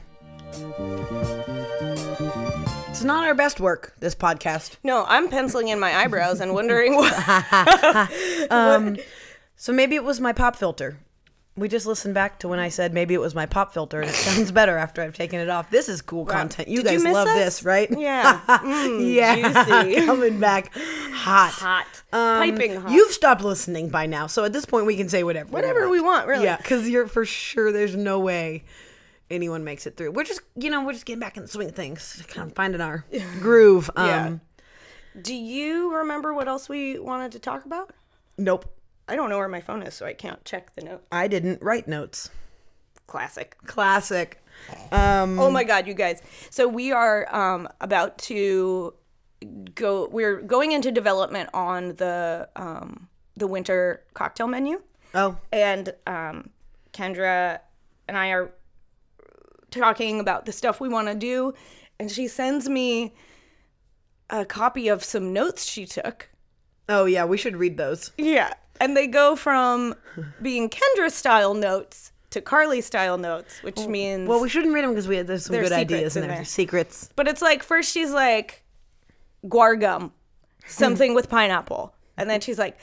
[SPEAKER 1] It's not our best work, this podcast.
[SPEAKER 2] No, I'm penciling in my eyebrows and wondering why.
[SPEAKER 1] So maybe it was my pop filter. We just listened back to when I said maybe it was my pop filter, and it sounds better after I've taken it off. This is cool content. You
[SPEAKER 2] Did you
[SPEAKER 1] guys
[SPEAKER 2] miss
[SPEAKER 1] love
[SPEAKER 2] us?
[SPEAKER 1] this, right?
[SPEAKER 2] Yeah. Mm,
[SPEAKER 1] yeah.
[SPEAKER 2] Juicy.
[SPEAKER 1] Coming back hot.
[SPEAKER 2] Hot.
[SPEAKER 1] Um,
[SPEAKER 2] Piping hot.
[SPEAKER 1] You've stopped listening by now, so at this point we can say whatever.
[SPEAKER 2] Whatever we want, really.
[SPEAKER 1] Yeah, because you're for sure. There's no way anyone makes it through. We're just, you know, we're just getting back in the swing of things, kind of finding our groove. Um,
[SPEAKER 2] Yeah. Do you remember what else we wanted to talk about?
[SPEAKER 1] Nope,
[SPEAKER 2] I don't know where my phone is, so I can't check the note.
[SPEAKER 1] I didn't write notes.
[SPEAKER 2] Classic.
[SPEAKER 1] Classic. Um,
[SPEAKER 2] Oh my god, you guys. So we are um, about to go. We're going into development on the um, the winter cocktail menu,
[SPEAKER 1] oh,
[SPEAKER 2] and um, Kendra and I are talking about the stuff we want to do, and she sends me a copy of some notes she took.
[SPEAKER 1] oh yeah, we should read those.
[SPEAKER 2] Yeah. And they go from being Kendra style notes to Carly style notes, which means
[SPEAKER 1] Oh, Well, we shouldn't read them because we had there's some
[SPEAKER 2] There's
[SPEAKER 1] good ideas
[SPEAKER 2] secrets
[SPEAKER 1] and
[SPEAKER 2] in
[SPEAKER 1] there's
[SPEAKER 2] there.
[SPEAKER 1] secrets.
[SPEAKER 2] but it's like first she's like guar gum, something with pineapple. And then she's like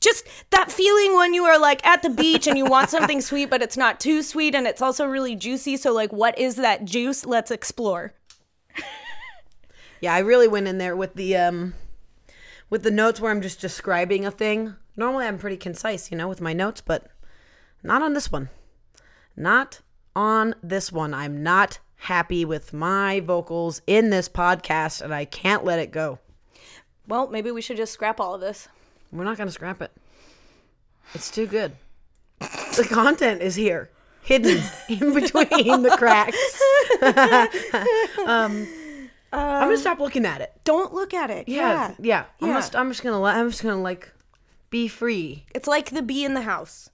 [SPEAKER 2] just that feeling when you are like at the beach and you want something sweet but it's not too sweet and it's also really juicy, so like what is that juice? Let's explore.
[SPEAKER 1] Yeah, I really went in there with the um, with the notes where I'm just describing a thing. Normally, I'm pretty concise, you know, with my notes, but not on this one. Not on this one. I'm not happy with my vocals in this podcast, and I can't let it go.
[SPEAKER 2] Well, maybe we should just scrap all of this.
[SPEAKER 1] We're not gonna scrap it. It's too good. The content is here, hidden in between the cracks. um, I'm gonna stop looking at it.
[SPEAKER 2] Don't look at it.
[SPEAKER 1] Yeah,
[SPEAKER 2] Yeah.
[SPEAKER 1] yeah. I'm,
[SPEAKER 2] yeah.
[SPEAKER 1] just, I'm just gonna let. I'm just gonna like be free.
[SPEAKER 2] It's like the bee in the house.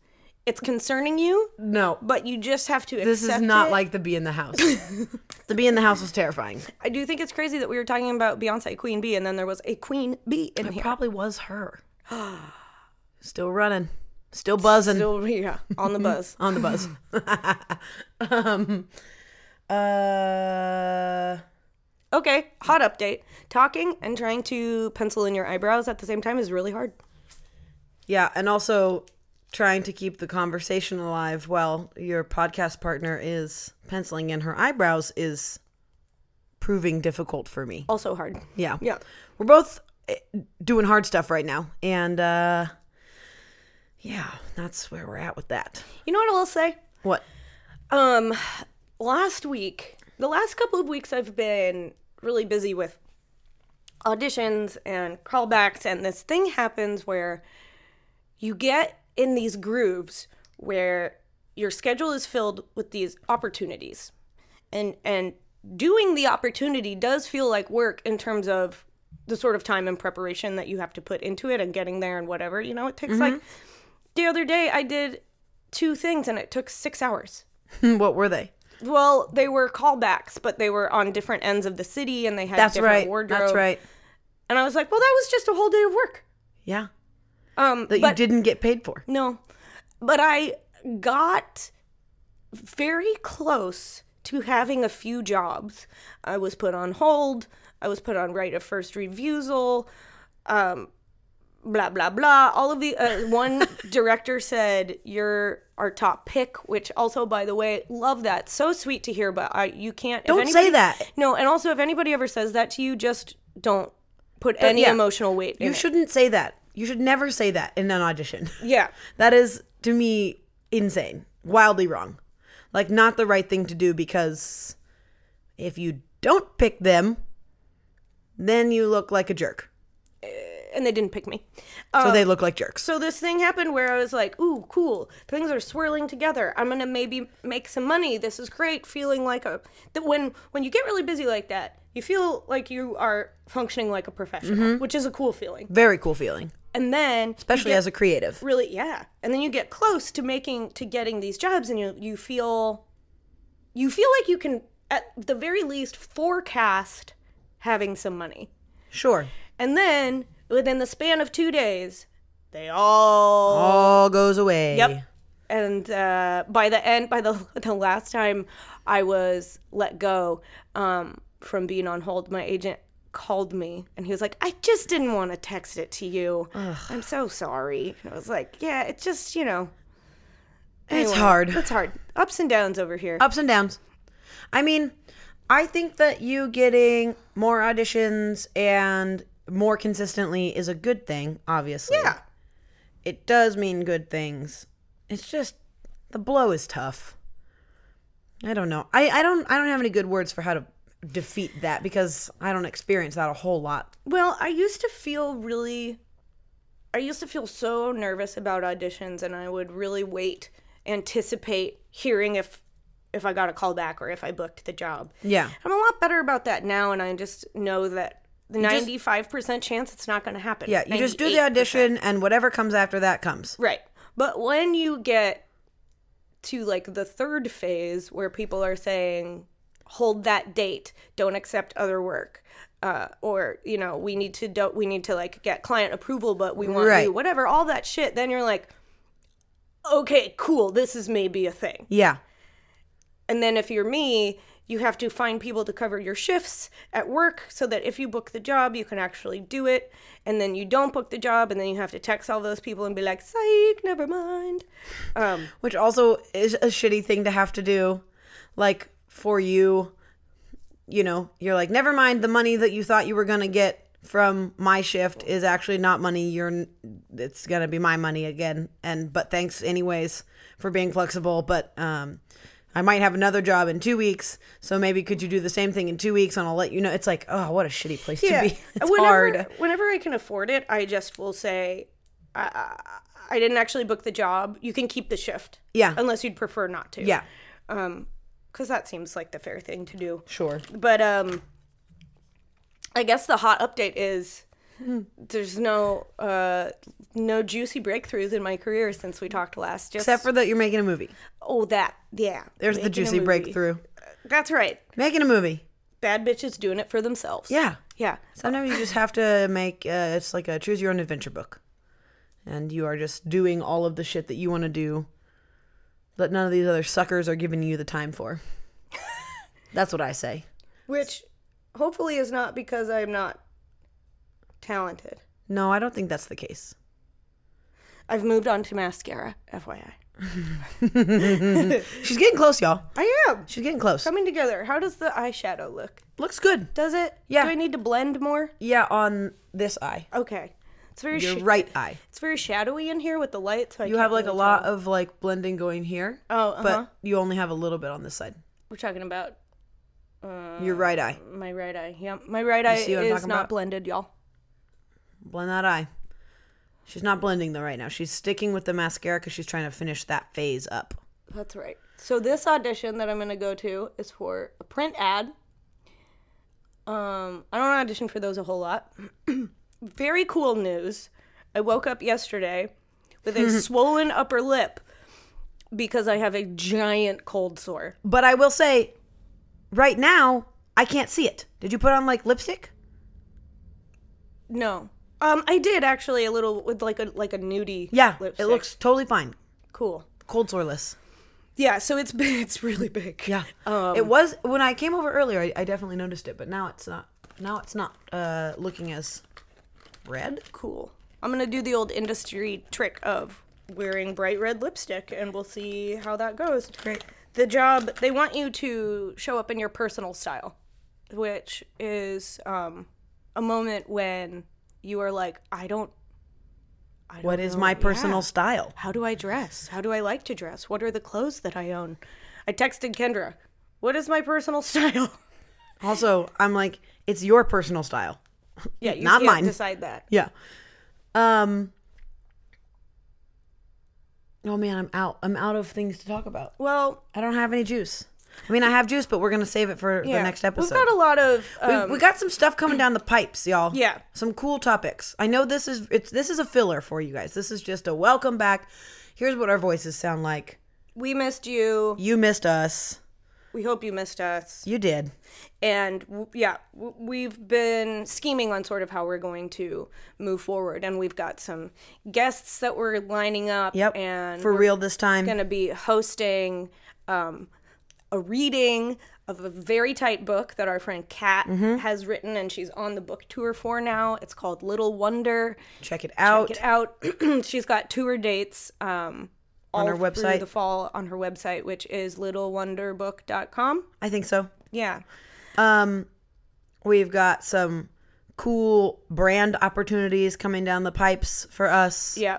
[SPEAKER 2] It's concerning you,
[SPEAKER 1] No,
[SPEAKER 2] but you just have to accept
[SPEAKER 1] this is not
[SPEAKER 2] it.
[SPEAKER 1] like the bee in the house. the bee in the house was terrifying.
[SPEAKER 2] I do think it's crazy that we were talking about Beyonce Queen Bee, and then there was a Queen Bee in
[SPEAKER 1] It
[SPEAKER 2] here.
[SPEAKER 1] probably was her. Still running, still buzzing
[SPEAKER 2] Still, yeah, on the buzz.
[SPEAKER 1] on the buzz. um, uh,
[SPEAKER 2] Okay, hot update. Talking and trying to pencil in your eyebrows at the same time is really hard.
[SPEAKER 1] yeah, and also trying to keep the conversation alive while your podcast partner is penciling in her eyebrows is proving difficult for me.
[SPEAKER 2] Also hard.
[SPEAKER 1] Yeah.
[SPEAKER 2] Yeah.
[SPEAKER 1] We're both eh, doing hard stuff right now. And uh yeah, that's where we're at with that.
[SPEAKER 2] You know what I will say?
[SPEAKER 1] What?
[SPEAKER 2] Um, last week, the last couple of weeks, I've been really busy with auditions and callbacks, and this thing happens where you get in these grooves where your schedule is filled with these opportunities, and and doing the opportunity does feel like work in terms of the sort of time and preparation that you have to put into it and getting there and whatever, you know, it takes like the other day I did two things and it took six hours.
[SPEAKER 1] what were they?
[SPEAKER 2] Well, they were callbacks, but they were on different ends of the city and they had
[SPEAKER 1] That's
[SPEAKER 2] different
[SPEAKER 1] right.
[SPEAKER 2] wardrobe.
[SPEAKER 1] That's right.
[SPEAKER 2] And I was like, well, that was just a whole day of work.
[SPEAKER 1] Yeah.
[SPEAKER 2] Um,
[SPEAKER 1] That
[SPEAKER 2] but
[SPEAKER 1] you didn't get paid for.
[SPEAKER 2] No. But I got very close to having a few jobs. I was put on hold. I was put on right of first refusal. Um, blah blah blah. All of the uh, one director said you're our top pick, which also, by the way, love that. So sweet to hear, but I you can't. if
[SPEAKER 1] Don't say
[SPEAKER 2] anybody-
[SPEAKER 1] that.
[SPEAKER 2] No, and also if anybody ever says that to you, just don't put any
[SPEAKER 1] yeah.
[SPEAKER 2] emotional weight. in
[SPEAKER 1] You
[SPEAKER 2] it.
[SPEAKER 1] shouldn't say that. You should never say that in an audition.
[SPEAKER 2] Yeah.
[SPEAKER 1] That is, to me, insane. Wildly wrong. Like, not the right thing to do because if you don't pick them, then you look like a jerk.
[SPEAKER 2] And they didn't pick me.
[SPEAKER 1] so
[SPEAKER 2] Oh.
[SPEAKER 1] they look like jerks.
[SPEAKER 2] so this thing happened where I was like, ooh, cool. Things are swirling together. I'm gonna maybe make some money. This is great. Feeling like a that when when you get really busy like that, you feel like you are functioning like a professional, which is a cool feeling.
[SPEAKER 1] Very cool feeling,
[SPEAKER 2] And then
[SPEAKER 1] especially as a creative.
[SPEAKER 2] really yeah. And then you get close to making to getting these jobs and you you feel you feel like you can at the very least forecast having some money.
[SPEAKER 1] Sure.
[SPEAKER 2] And then within the span of two days, they all
[SPEAKER 1] All goes away.
[SPEAKER 2] Yep. And uh, by the end, by the the last time I was let go um, from being on hold, my agent called me and he was like, "I just didn't want to text it to you. I'm so sorry." And I was like, "Yeah, it's just you know,
[SPEAKER 1] it's
[SPEAKER 2] anyway,
[SPEAKER 1] hard. Uh,
[SPEAKER 2] It's hard. Ups and downs over here.
[SPEAKER 1] ups and downs. I mean, I think that you getting more auditions and more consistently is a good thing, obviously. Yeah. It does mean good things. It's just the blow is tough. I don't know. I, I don't I don't have any good words for how to defeat that because I don't experience that a whole lot.
[SPEAKER 2] Well, I used to feel really I used to feel so nervous about auditions and I would really wait, anticipate hearing if if I got a call back or if I booked the job.
[SPEAKER 1] Yeah.
[SPEAKER 2] I'm a lot better about that now and I just know that the 95% chance it's not going to happen.
[SPEAKER 1] Yeah, you just do the
[SPEAKER 2] 98%.
[SPEAKER 1] audition and whatever comes after that comes.
[SPEAKER 2] Right. But when you get to like the third phase where people are saying, hold that date, don't accept other work. Uh, or you know we need to do we need to like get client approval but we want
[SPEAKER 1] Right.
[SPEAKER 2] you whatever all that shit then you're like okay cool this is maybe a thing
[SPEAKER 1] Yeah.
[SPEAKER 2] and then if you're me you have to find people to cover your shifts at work so that if you book the job you can actually do it and then you don't book the job and then you have to text all those people and be like psych never mind
[SPEAKER 1] which also is a shitty thing to have to do like for you you know you're like never mind the money that you thought you were going to get from my shift is actually not money you're n- it's going to be my money again and but thanks anyways for being flexible but um I might have another job in 2 weeks so maybe could you do the same thing in 2 weeks and I'll let you know it's like oh what a shitty place to be it's
[SPEAKER 2] whenever,
[SPEAKER 1] hard
[SPEAKER 2] Whenever I can afford it, I just will say, I, I, I didn't actually book the job. You can keep the shift.
[SPEAKER 1] Yeah.
[SPEAKER 2] Unless you'd prefer not to.
[SPEAKER 1] yeah
[SPEAKER 2] Because that seems like the fair thing to do.
[SPEAKER 1] sure
[SPEAKER 2] But um, I guess the hot update is there's no uh, no juicy breakthroughs in my career since we talked last. Just
[SPEAKER 1] except for that you're making a movie
[SPEAKER 2] oh that yeah.
[SPEAKER 1] there's the
[SPEAKER 2] making a
[SPEAKER 1] juicy
[SPEAKER 2] movie.
[SPEAKER 1] breakthrough
[SPEAKER 2] That's right.
[SPEAKER 1] making a movie
[SPEAKER 2] Bad bitches doing it for themselves.
[SPEAKER 1] yeah
[SPEAKER 2] Yeah.
[SPEAKER 1] Sometimes you just have to make uh, it's like a choose your own adventure book, and you are just doing all of the shit that you want to do that none of these other suckers are giving you the time for. That's what I say.
[SPEAKER 2] which hopefully is not because I'm not talented.
[SPEAKER 1] No, I don't think that's the case.
[SPEAKER 2] I've moved on to mascara, FYI.
[SPEAKER 1] She's getting close, y'all.
[SPEAKER 2] I am
[SPEAKER 1] She's getting close.
[SPEAKER 2] coming together. How does the eyeshadow look?
[SPEAKER 1] Looks good.
[SPEAKER 2] Does it?
[SPEAKER 1] Yeah.
[SPEAKER 2] Do I need to blend more?
[SPEAKER 1] Yeah, on this eye,
[SPEAKER 2] Okay. It's very
[SPEAKER 1] your
[SPEAKER 2] sh-
[SPEAKER 1] right eye.
[SPEAKER 2] It's very shadowy in here with the light. So I
[SPEAKER 1] You have like a lot of like blending going here,
[SPEAKER 2] Oh, uh-huh.
[SPEAKER 1] but you only have a little bit on this side.
[SPEAKER 2] we're talking about
[SPEAKER 1] your
[SPEAKER 2] Uh,
[SPEAKER 1] right eye.
[SPEAKER 2] my right eye. Yeah, my right eye
[SPEAKER 1] see what I'm
[SPEAKER 2] is
[SPEAKER 1] talking
[SPEAKER 2] not
[SPEAKER 1] about?
[SPEAKER 2] blended, y'all.
[SPEAKER 1] Blend that eye. She's not blending though right now. She's sticking with the mascara because she's trying to finish that phase up.
[SPEAKER 2] That's right. So this audition that I'm going to go to is for a print ad. Um, I don't don't audition for those a whole lot. Very cool news. I woke up yesterday with a swollen upper lip because I have a giant cold sore.
[SPEAKER 1] But I will say, right now, I can't see it. Did you put on like lipstick?
[SPEAKER 2] No. Um, I did actually a little with like a like a nudie.
[SPEAKER 1] Yeah,
[SPEAKER 2] lipstick.
[SPEAKER 1] it looks totally fine.
[SPEAKER 2] cool.
[SPEAKER 1] Cold soreless.
[SPEAKER 2] Yeah, so it's big. It's really big.
[SPEAKER 1] Yeah,
[SPEAKER 2] Um,
[SPEAKER 1] it was when I came over earlier. I, I definitely noticed it, but now it's not. Now it's not uh, looking as red.
[SPEAKER 2] cool. I'm gonna do the old industry trick of wearing bright red lipstick, and we'll see how that goes.
[SPEAKER 1] Great.
[SPEAKER 2] The job they want you to show up in your personal style, which is um, a moment when you are like, I don't. I don't
[SPEAKER 1] What is
[SPEAKER 2] know.
[SPEAKER 1] my personal
[SPEAKER 2] Oh, Yeah.
[SPEAKER 1] style?
[SPEAKER 2] How do I dress? How do I like to dress? What are the clothes that I own? I texted Kendra. What is my personal style?
[SPEAKER 1] Also, I'm like, it's your personal style.
[SPEAKER 2] Yeah, you
[SPEAKER 1] Not
[SPEAKER 2] can't
[SPEAKER 1] mine.
[SPEAKER 2] decide that.
[SPEAKER 1] Yeah. Um. Oh man, I'm out. I'm out of things to talk about.
[SPEAKER 2] Well,
[SPEAKER 1] I don't have any juice. I mean, I have juice, but we're gonna save it for
[SPEAKER 2] yeah,
[SPEAKER 1] the next episode.
[SPEAKER 2] We've got a lot of
[SPEAKER 1] We-
[SPEAKER 2] um,
[SPEAKER 1] we, got some stuff coming down the pipes, y'all.
[SPEAKER 2] Yeah.
[SPEAKER 1] Some cool topics. I know this is it's this is a filler for you guys. This is just a welcome back. Here's what our voices sound like.
[SPEAKER 2] we missed you.
[SPEAKER 1] You missed us.
[SPEAKER 2] We hope you missed us.
[SPEAKER 1] You did.
[SPEAKER 2] And w- yeah, w- we've been scheming on sort of how we're going to move forward, and we've got some guests that we're lining up.
[SPEAKER 1] Yep.
[SPEAKER 2] And
[SPEAKER 1] for
[SPEAKER 2] we're
[SPEAKER 1] real this time.
[SPEAKER 2] going to be hosting um, a reading of a very tight book that our friend Kat
[SPEAKER 1] Mm-hmm.
[SPEAKER 2] has written, and she's on the book tour for now. It's called Little Wonder.
[SPEAKER 1] check it out.
[SPEAKER 2] Check it out. she's got tour dates um, all
[SPEAKER 1] her
[SPEAKER 2] through
[SPEAKER 1] website.
[SPEAKER 2] the fall on her website, which is littlewonderbook.com.
[SPEAKER 1] I think so.
[SPEAKER 2] Yeah.
[SPEAKER 1] Um, we've got some cool brand opportunities coming down the pipes for us.
[SPEAKER 2] Yeah.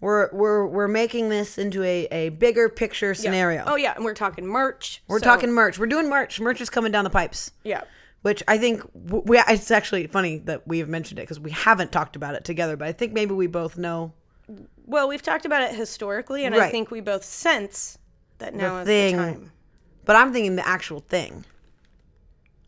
[SPEAKER 1] We're we're we're making this into a, a bigger picture
[SPEAKER 2] Yeah.
[SPEAKER 1] scenario.
[SPEAKER 2] Oh yeah, and we're talking merch.
[SPEAKER 1] We're talking merch. We're doing merch. Merch is coming down the pipes.
[SPEAKER 2] Yeah.
[SPEAKER 1] which I think w- we it's actually funny that we have mentioned it because we haven't talked about it together, but I think maybe we both know
[SPEAKER 2] Well, we've talked about it historically, and I
[SPEAKER 1] Right.
[SPEAKER 2] think we both sense that now is
[SPEAKER 1] thing.
[SPEAKER 2] the time.
[SPEAKER 1] But I'm thinking the actual thing.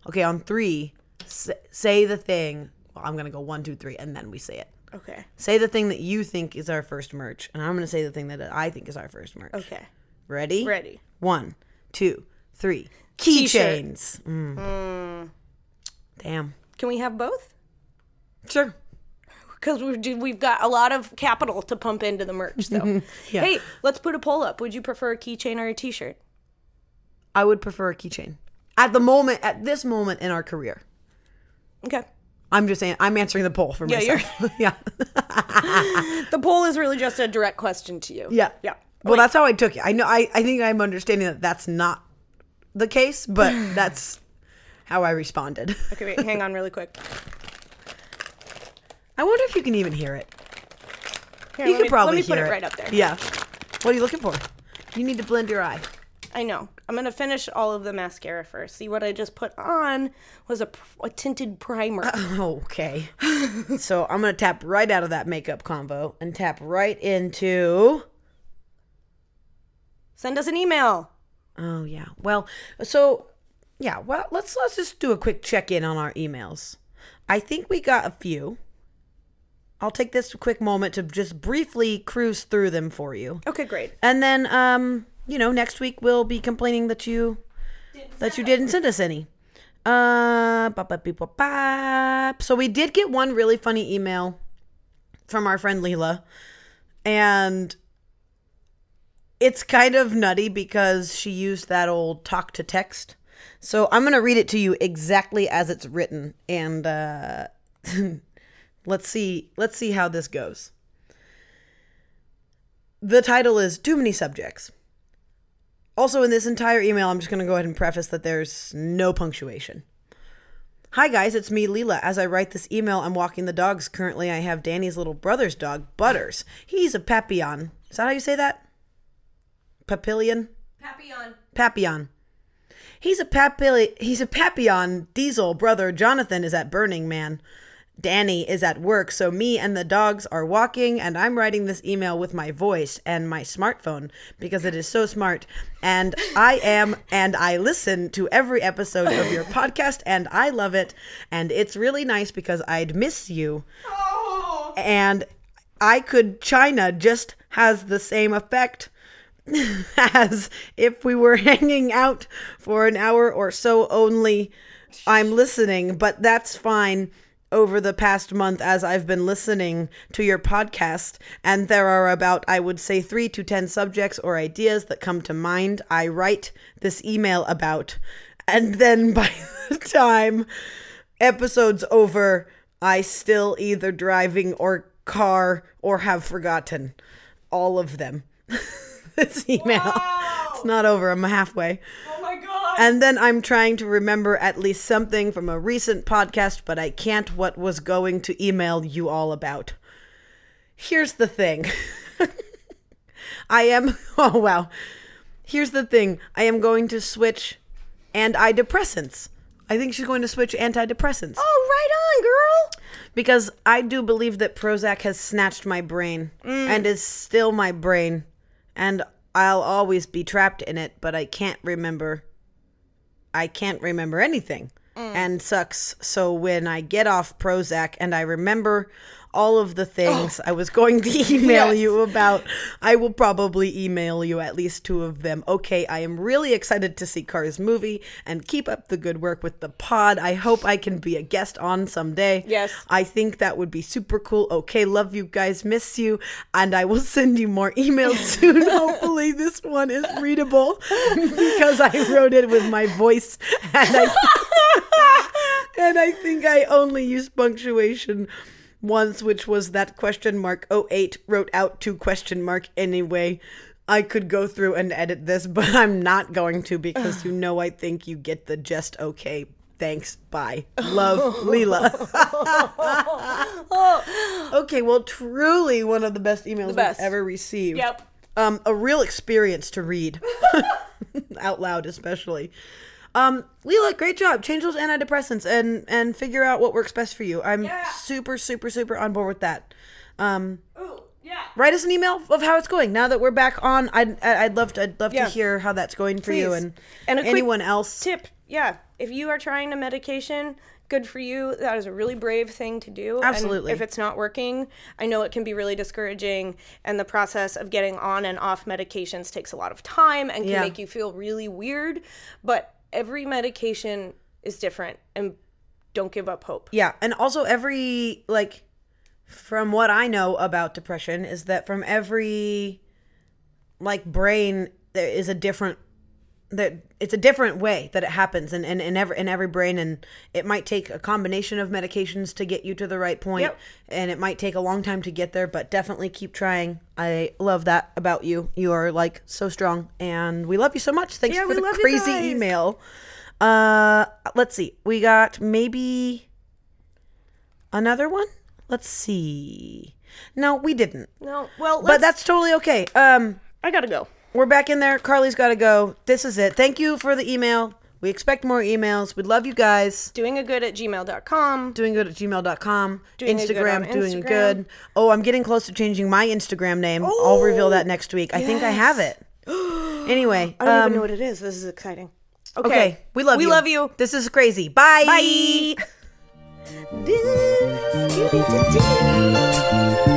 [SPEAKER 1] Okay, on three, s- say the thing. Well, I'm gonna go one, two, three, and then we say it.
[SPEAKER 2] Okay.
[SPEAKER 1] Say the thing that you think is our first merch, and I'm gonna say the thing that I think is our first merch.
[SPEAKER 2] Okay.
[SPEAKER 1] Ready?
[SPEAKER 2] Ready.
[SPEAKER 1] One, two, three.
[SPEAKER 2] T-shirt.
[SPEAKER 1] Keychains. Mm. Damn.
[SPEAKER 2] Can we have both?
[SPEAKER 1] Sure.
[SPEAKER 2] Because we've do- we've got a lot of capital to pump into the merch. So,
[SPEAKER 1] Yeah.
[SPEAKER 2] hey, let's put a poll up. Would you prefer a keychain or a T-shirt?
[SPEAKER 1] I would prefer a keychain. At the moment, at this moment in our career.
[SPEAKER 2] Okay.
[SPEAKER 1] I'm just saying, I'm answering the poll for
[SPEAKER 2] Yeah, you're-
[SPEAKER 1] myself. yeah,
[SPEAKER 2] The poll is really just a direct question to you.
[SPEAKER 1] yeah,
[SPEAKER 2] Yeah.
[SPEAKER 1] Well, that's how I took it. I know. I, I think I'm understanding that that's not the case, but that's how I responded.
[SPEAKER 2] Okay, wait. Hang on, really quick.
[SPEAKER 1] I wonder if you can even hear it.
[SPEAKER 2] Here,
[SPEAKER 1] You
[SPEAKER 2] let
[SPEAKER 1] can
[SPEAKER 2] me,
[SPEAKER 1] probably
[SPEAKER 2] let me put
[SPEAKER 1] hear
[SPEAKER 2] it right up there.
[SPEAKER 1] Yeah. What are you looking for? You need to blend your eye.
[SPEAKER 2] I know. I'm gonna finish all of the mascara first. See what I just put on was a, pr- a tinted primer.
[SPEAKER 1] Okay. so I'm gonna tap right out of that makeup combo and tap right into.
[SPEAKER 2] Send us an email.
[SPEAKER 1] Oh yeah. Well, so yeah. Well, let's let's just do a quick check in on our emails. I think we got a few. I'll take this quick moment to just briefly cruise through them for you,
[SPEAKER 2] Okay, great.
[SPEAKER 1] and then um, you know, next week we'll be complaining that you that you didn't send us any. Uh, ba ba beep, ba ba. so we did get one really funny email from our friend Leela, and it's kind of nutty because she used that old talk to text. So I'm going to read it to you exactly as it's written and uh let's see let's see how this goes. The title is Too Many Subjects. Also in this entire email I'm just going to go ahead and preface that there's no punctuation. Hi guys, it's me, Leela. As I write this email, I'm walking the dogs. Currently, I have Danny's little brother's dog, Butters. He's a Papillon. Is that how you say that? Papillion?
[SPEAKER 3] Papillon.
[SPEAKER 1] Papillon. He's a papilli- he's a Papillon diesel brother Jonathan is at Burning Man Danny is at work, so me and the dogs are walking, and I'm writing this email with my voice and my smartphone because it is so smart. And I am, and I listen to every episode of your podcast, and I love it. And it's really nice because I'd miss you. And I could, China just has the same effect as if we were hanging out for an hour or so only. I'm listening, but that's fine. Over the past month, as I've been listening to your podcast, and there are about, I would say, three to 10 subjects or ideas that come to mind, I write this email about. And then by the time episode's over, I still either driving or car or have forgotten all of them. this email. It's not over. I'm halfway.
[SPEAKER 3] Oh my god.
[SPEAKER 1] And then I'm trying to remember at least something from a recent podcast, but I can't what was going to email you all about. Here's the thing. I am oh wow. Here's the thing. I am going to switch antidepressants. I think she's going to switch antidepressants
[SPEAKER 2] Oh, right on, girl.
[SPEAKER 1] because I do believe that Prozac has snatched my brain and is still my brain, and I'll always be trapped in it. But I can't remember. I can't remember anything, and sucks. So when I get off Prozac and I remember all of the things I was going to email
[SPEAKER 2] Yes.
[SPEAKER 1] you about, I will probably email you at least two of them. Okay, I am really excited to see Cars movie and keep up the good work with the pod. I hope I can be a guest on someday.
[SPEAKER 4] Yes.
[SPEAKER 1] I think that would be super cool. Okay, love you guys, miss you, and I will send you more emails soon. Hopefully, this one is readable because I wrote it with my voice and I, and I think I only used punctuation once, which was that question mark 08 wrote out to question mark anyway. I could go through and edit this, but I'm not going to because you know I think you get the just okay. Thanks. Bye. Love, Leela.
[SPEAKER 3] Oh,
[SPEAKER 1] Okay, well, truly one of the best emails
[SPEAKER 4] best.
[SPEAKER 1] we've ever received.
[SPEAKER 4] Yep.
[SPEAKER 1] Um, a real experience to read out loud, especially. Um, Leela, great job. Change those antidepressants and and figure out what works best for you. I'm
[SPEAKER 3] Yeah.
[SPEAKER 1] super, super, super on board with that. Um,
[SPEAKER 3] Ooh, yeah.
[SPEAKER 1] write us an email of how it's going now that we're back on. I'd I'd love to I'd love
[SPEAKER 2] Yeah.
[SPEAKER 1] to hear how that's going for you
[SPEAKER 2] Please.
[SPEAKER 1] and
[SPEAKER 2] And a quick
[SPEAKER 1] anyone else.
[SPEAKER 2] Tip, yeah. If you are trying a medication, good for you. That is a really brave thing to do. And
[SPEAKER 1] Absolutely.
[SPEAKER 2] if it's not working, I know it can be really discouraging, and the process of getting on and off medications takes a lot of time and can
[SPEAKER 1] Yeah.
[SPEAKER 2] make you feel really weird. But every medication is different, and don't give up hope.
[SPEAKER 1] Yeah, and also every like from what I know about depression is that from every like brain there is a different that it's a different way that it happens and in, in, every in every brain and it might take a combination of medications to get you to the right point
[SPEAKER 2] Yep.
[SPEAKER 1] and it might take a long time to get there but definitely keep trying i love that about you you are like so strong and we love you so much thanks
[SPEAKER 2] Yeah,
[SPEAKER 1] for
[SPEAKER 2] we
[SPEAKER 1] the
[SPEAKER 2] love you
[SPEAKER 1] crazy
[SPEAKER 2] guys.
[SPEAKER 1] email uh let's see we got maybe another one let's see no we didn't
[SPEAKER 2] No, well,
[SPEAKER 1] but
[SPEAKER 2] let's,
[SPEAKER 1] that's totally okay um
[SPEAKER 2] I gotta go.
[SPEAKER 1] we're back in there. Carly's got to go. This is it. Thank you for the email. We expect more emails. We love you guys.
[SPEAKER 2] Doing a good at gmail.com.
[SPEAKER 1] Doing good at gmail.com.
[SPEAKER 2] Doing a good on
[SPEAKER 1] Instagram, doing
[SPEAKER 2] Instagram.
[SPEAKER 1] good. Oh, I'm getting close to changing my Instagram name. I'll reveal that next week. I think I have it. Anyway,
[SPEAKER 2] Oh, I don't
[SPEAKER 1] um,
[SPEAKER 2] even know what it is. This is exciting. Okay.
[SPEAKER 1] okay. We love
[SPEAKER 2] we
[SPEAKER 1] you.
[SPEAKER 2] love you.
[SPEAKER 1] This is crazy. Bye.
[SPEAKER 2] Bye.
[SPEAKER 3] Doo, Scooby-Doo-Doo.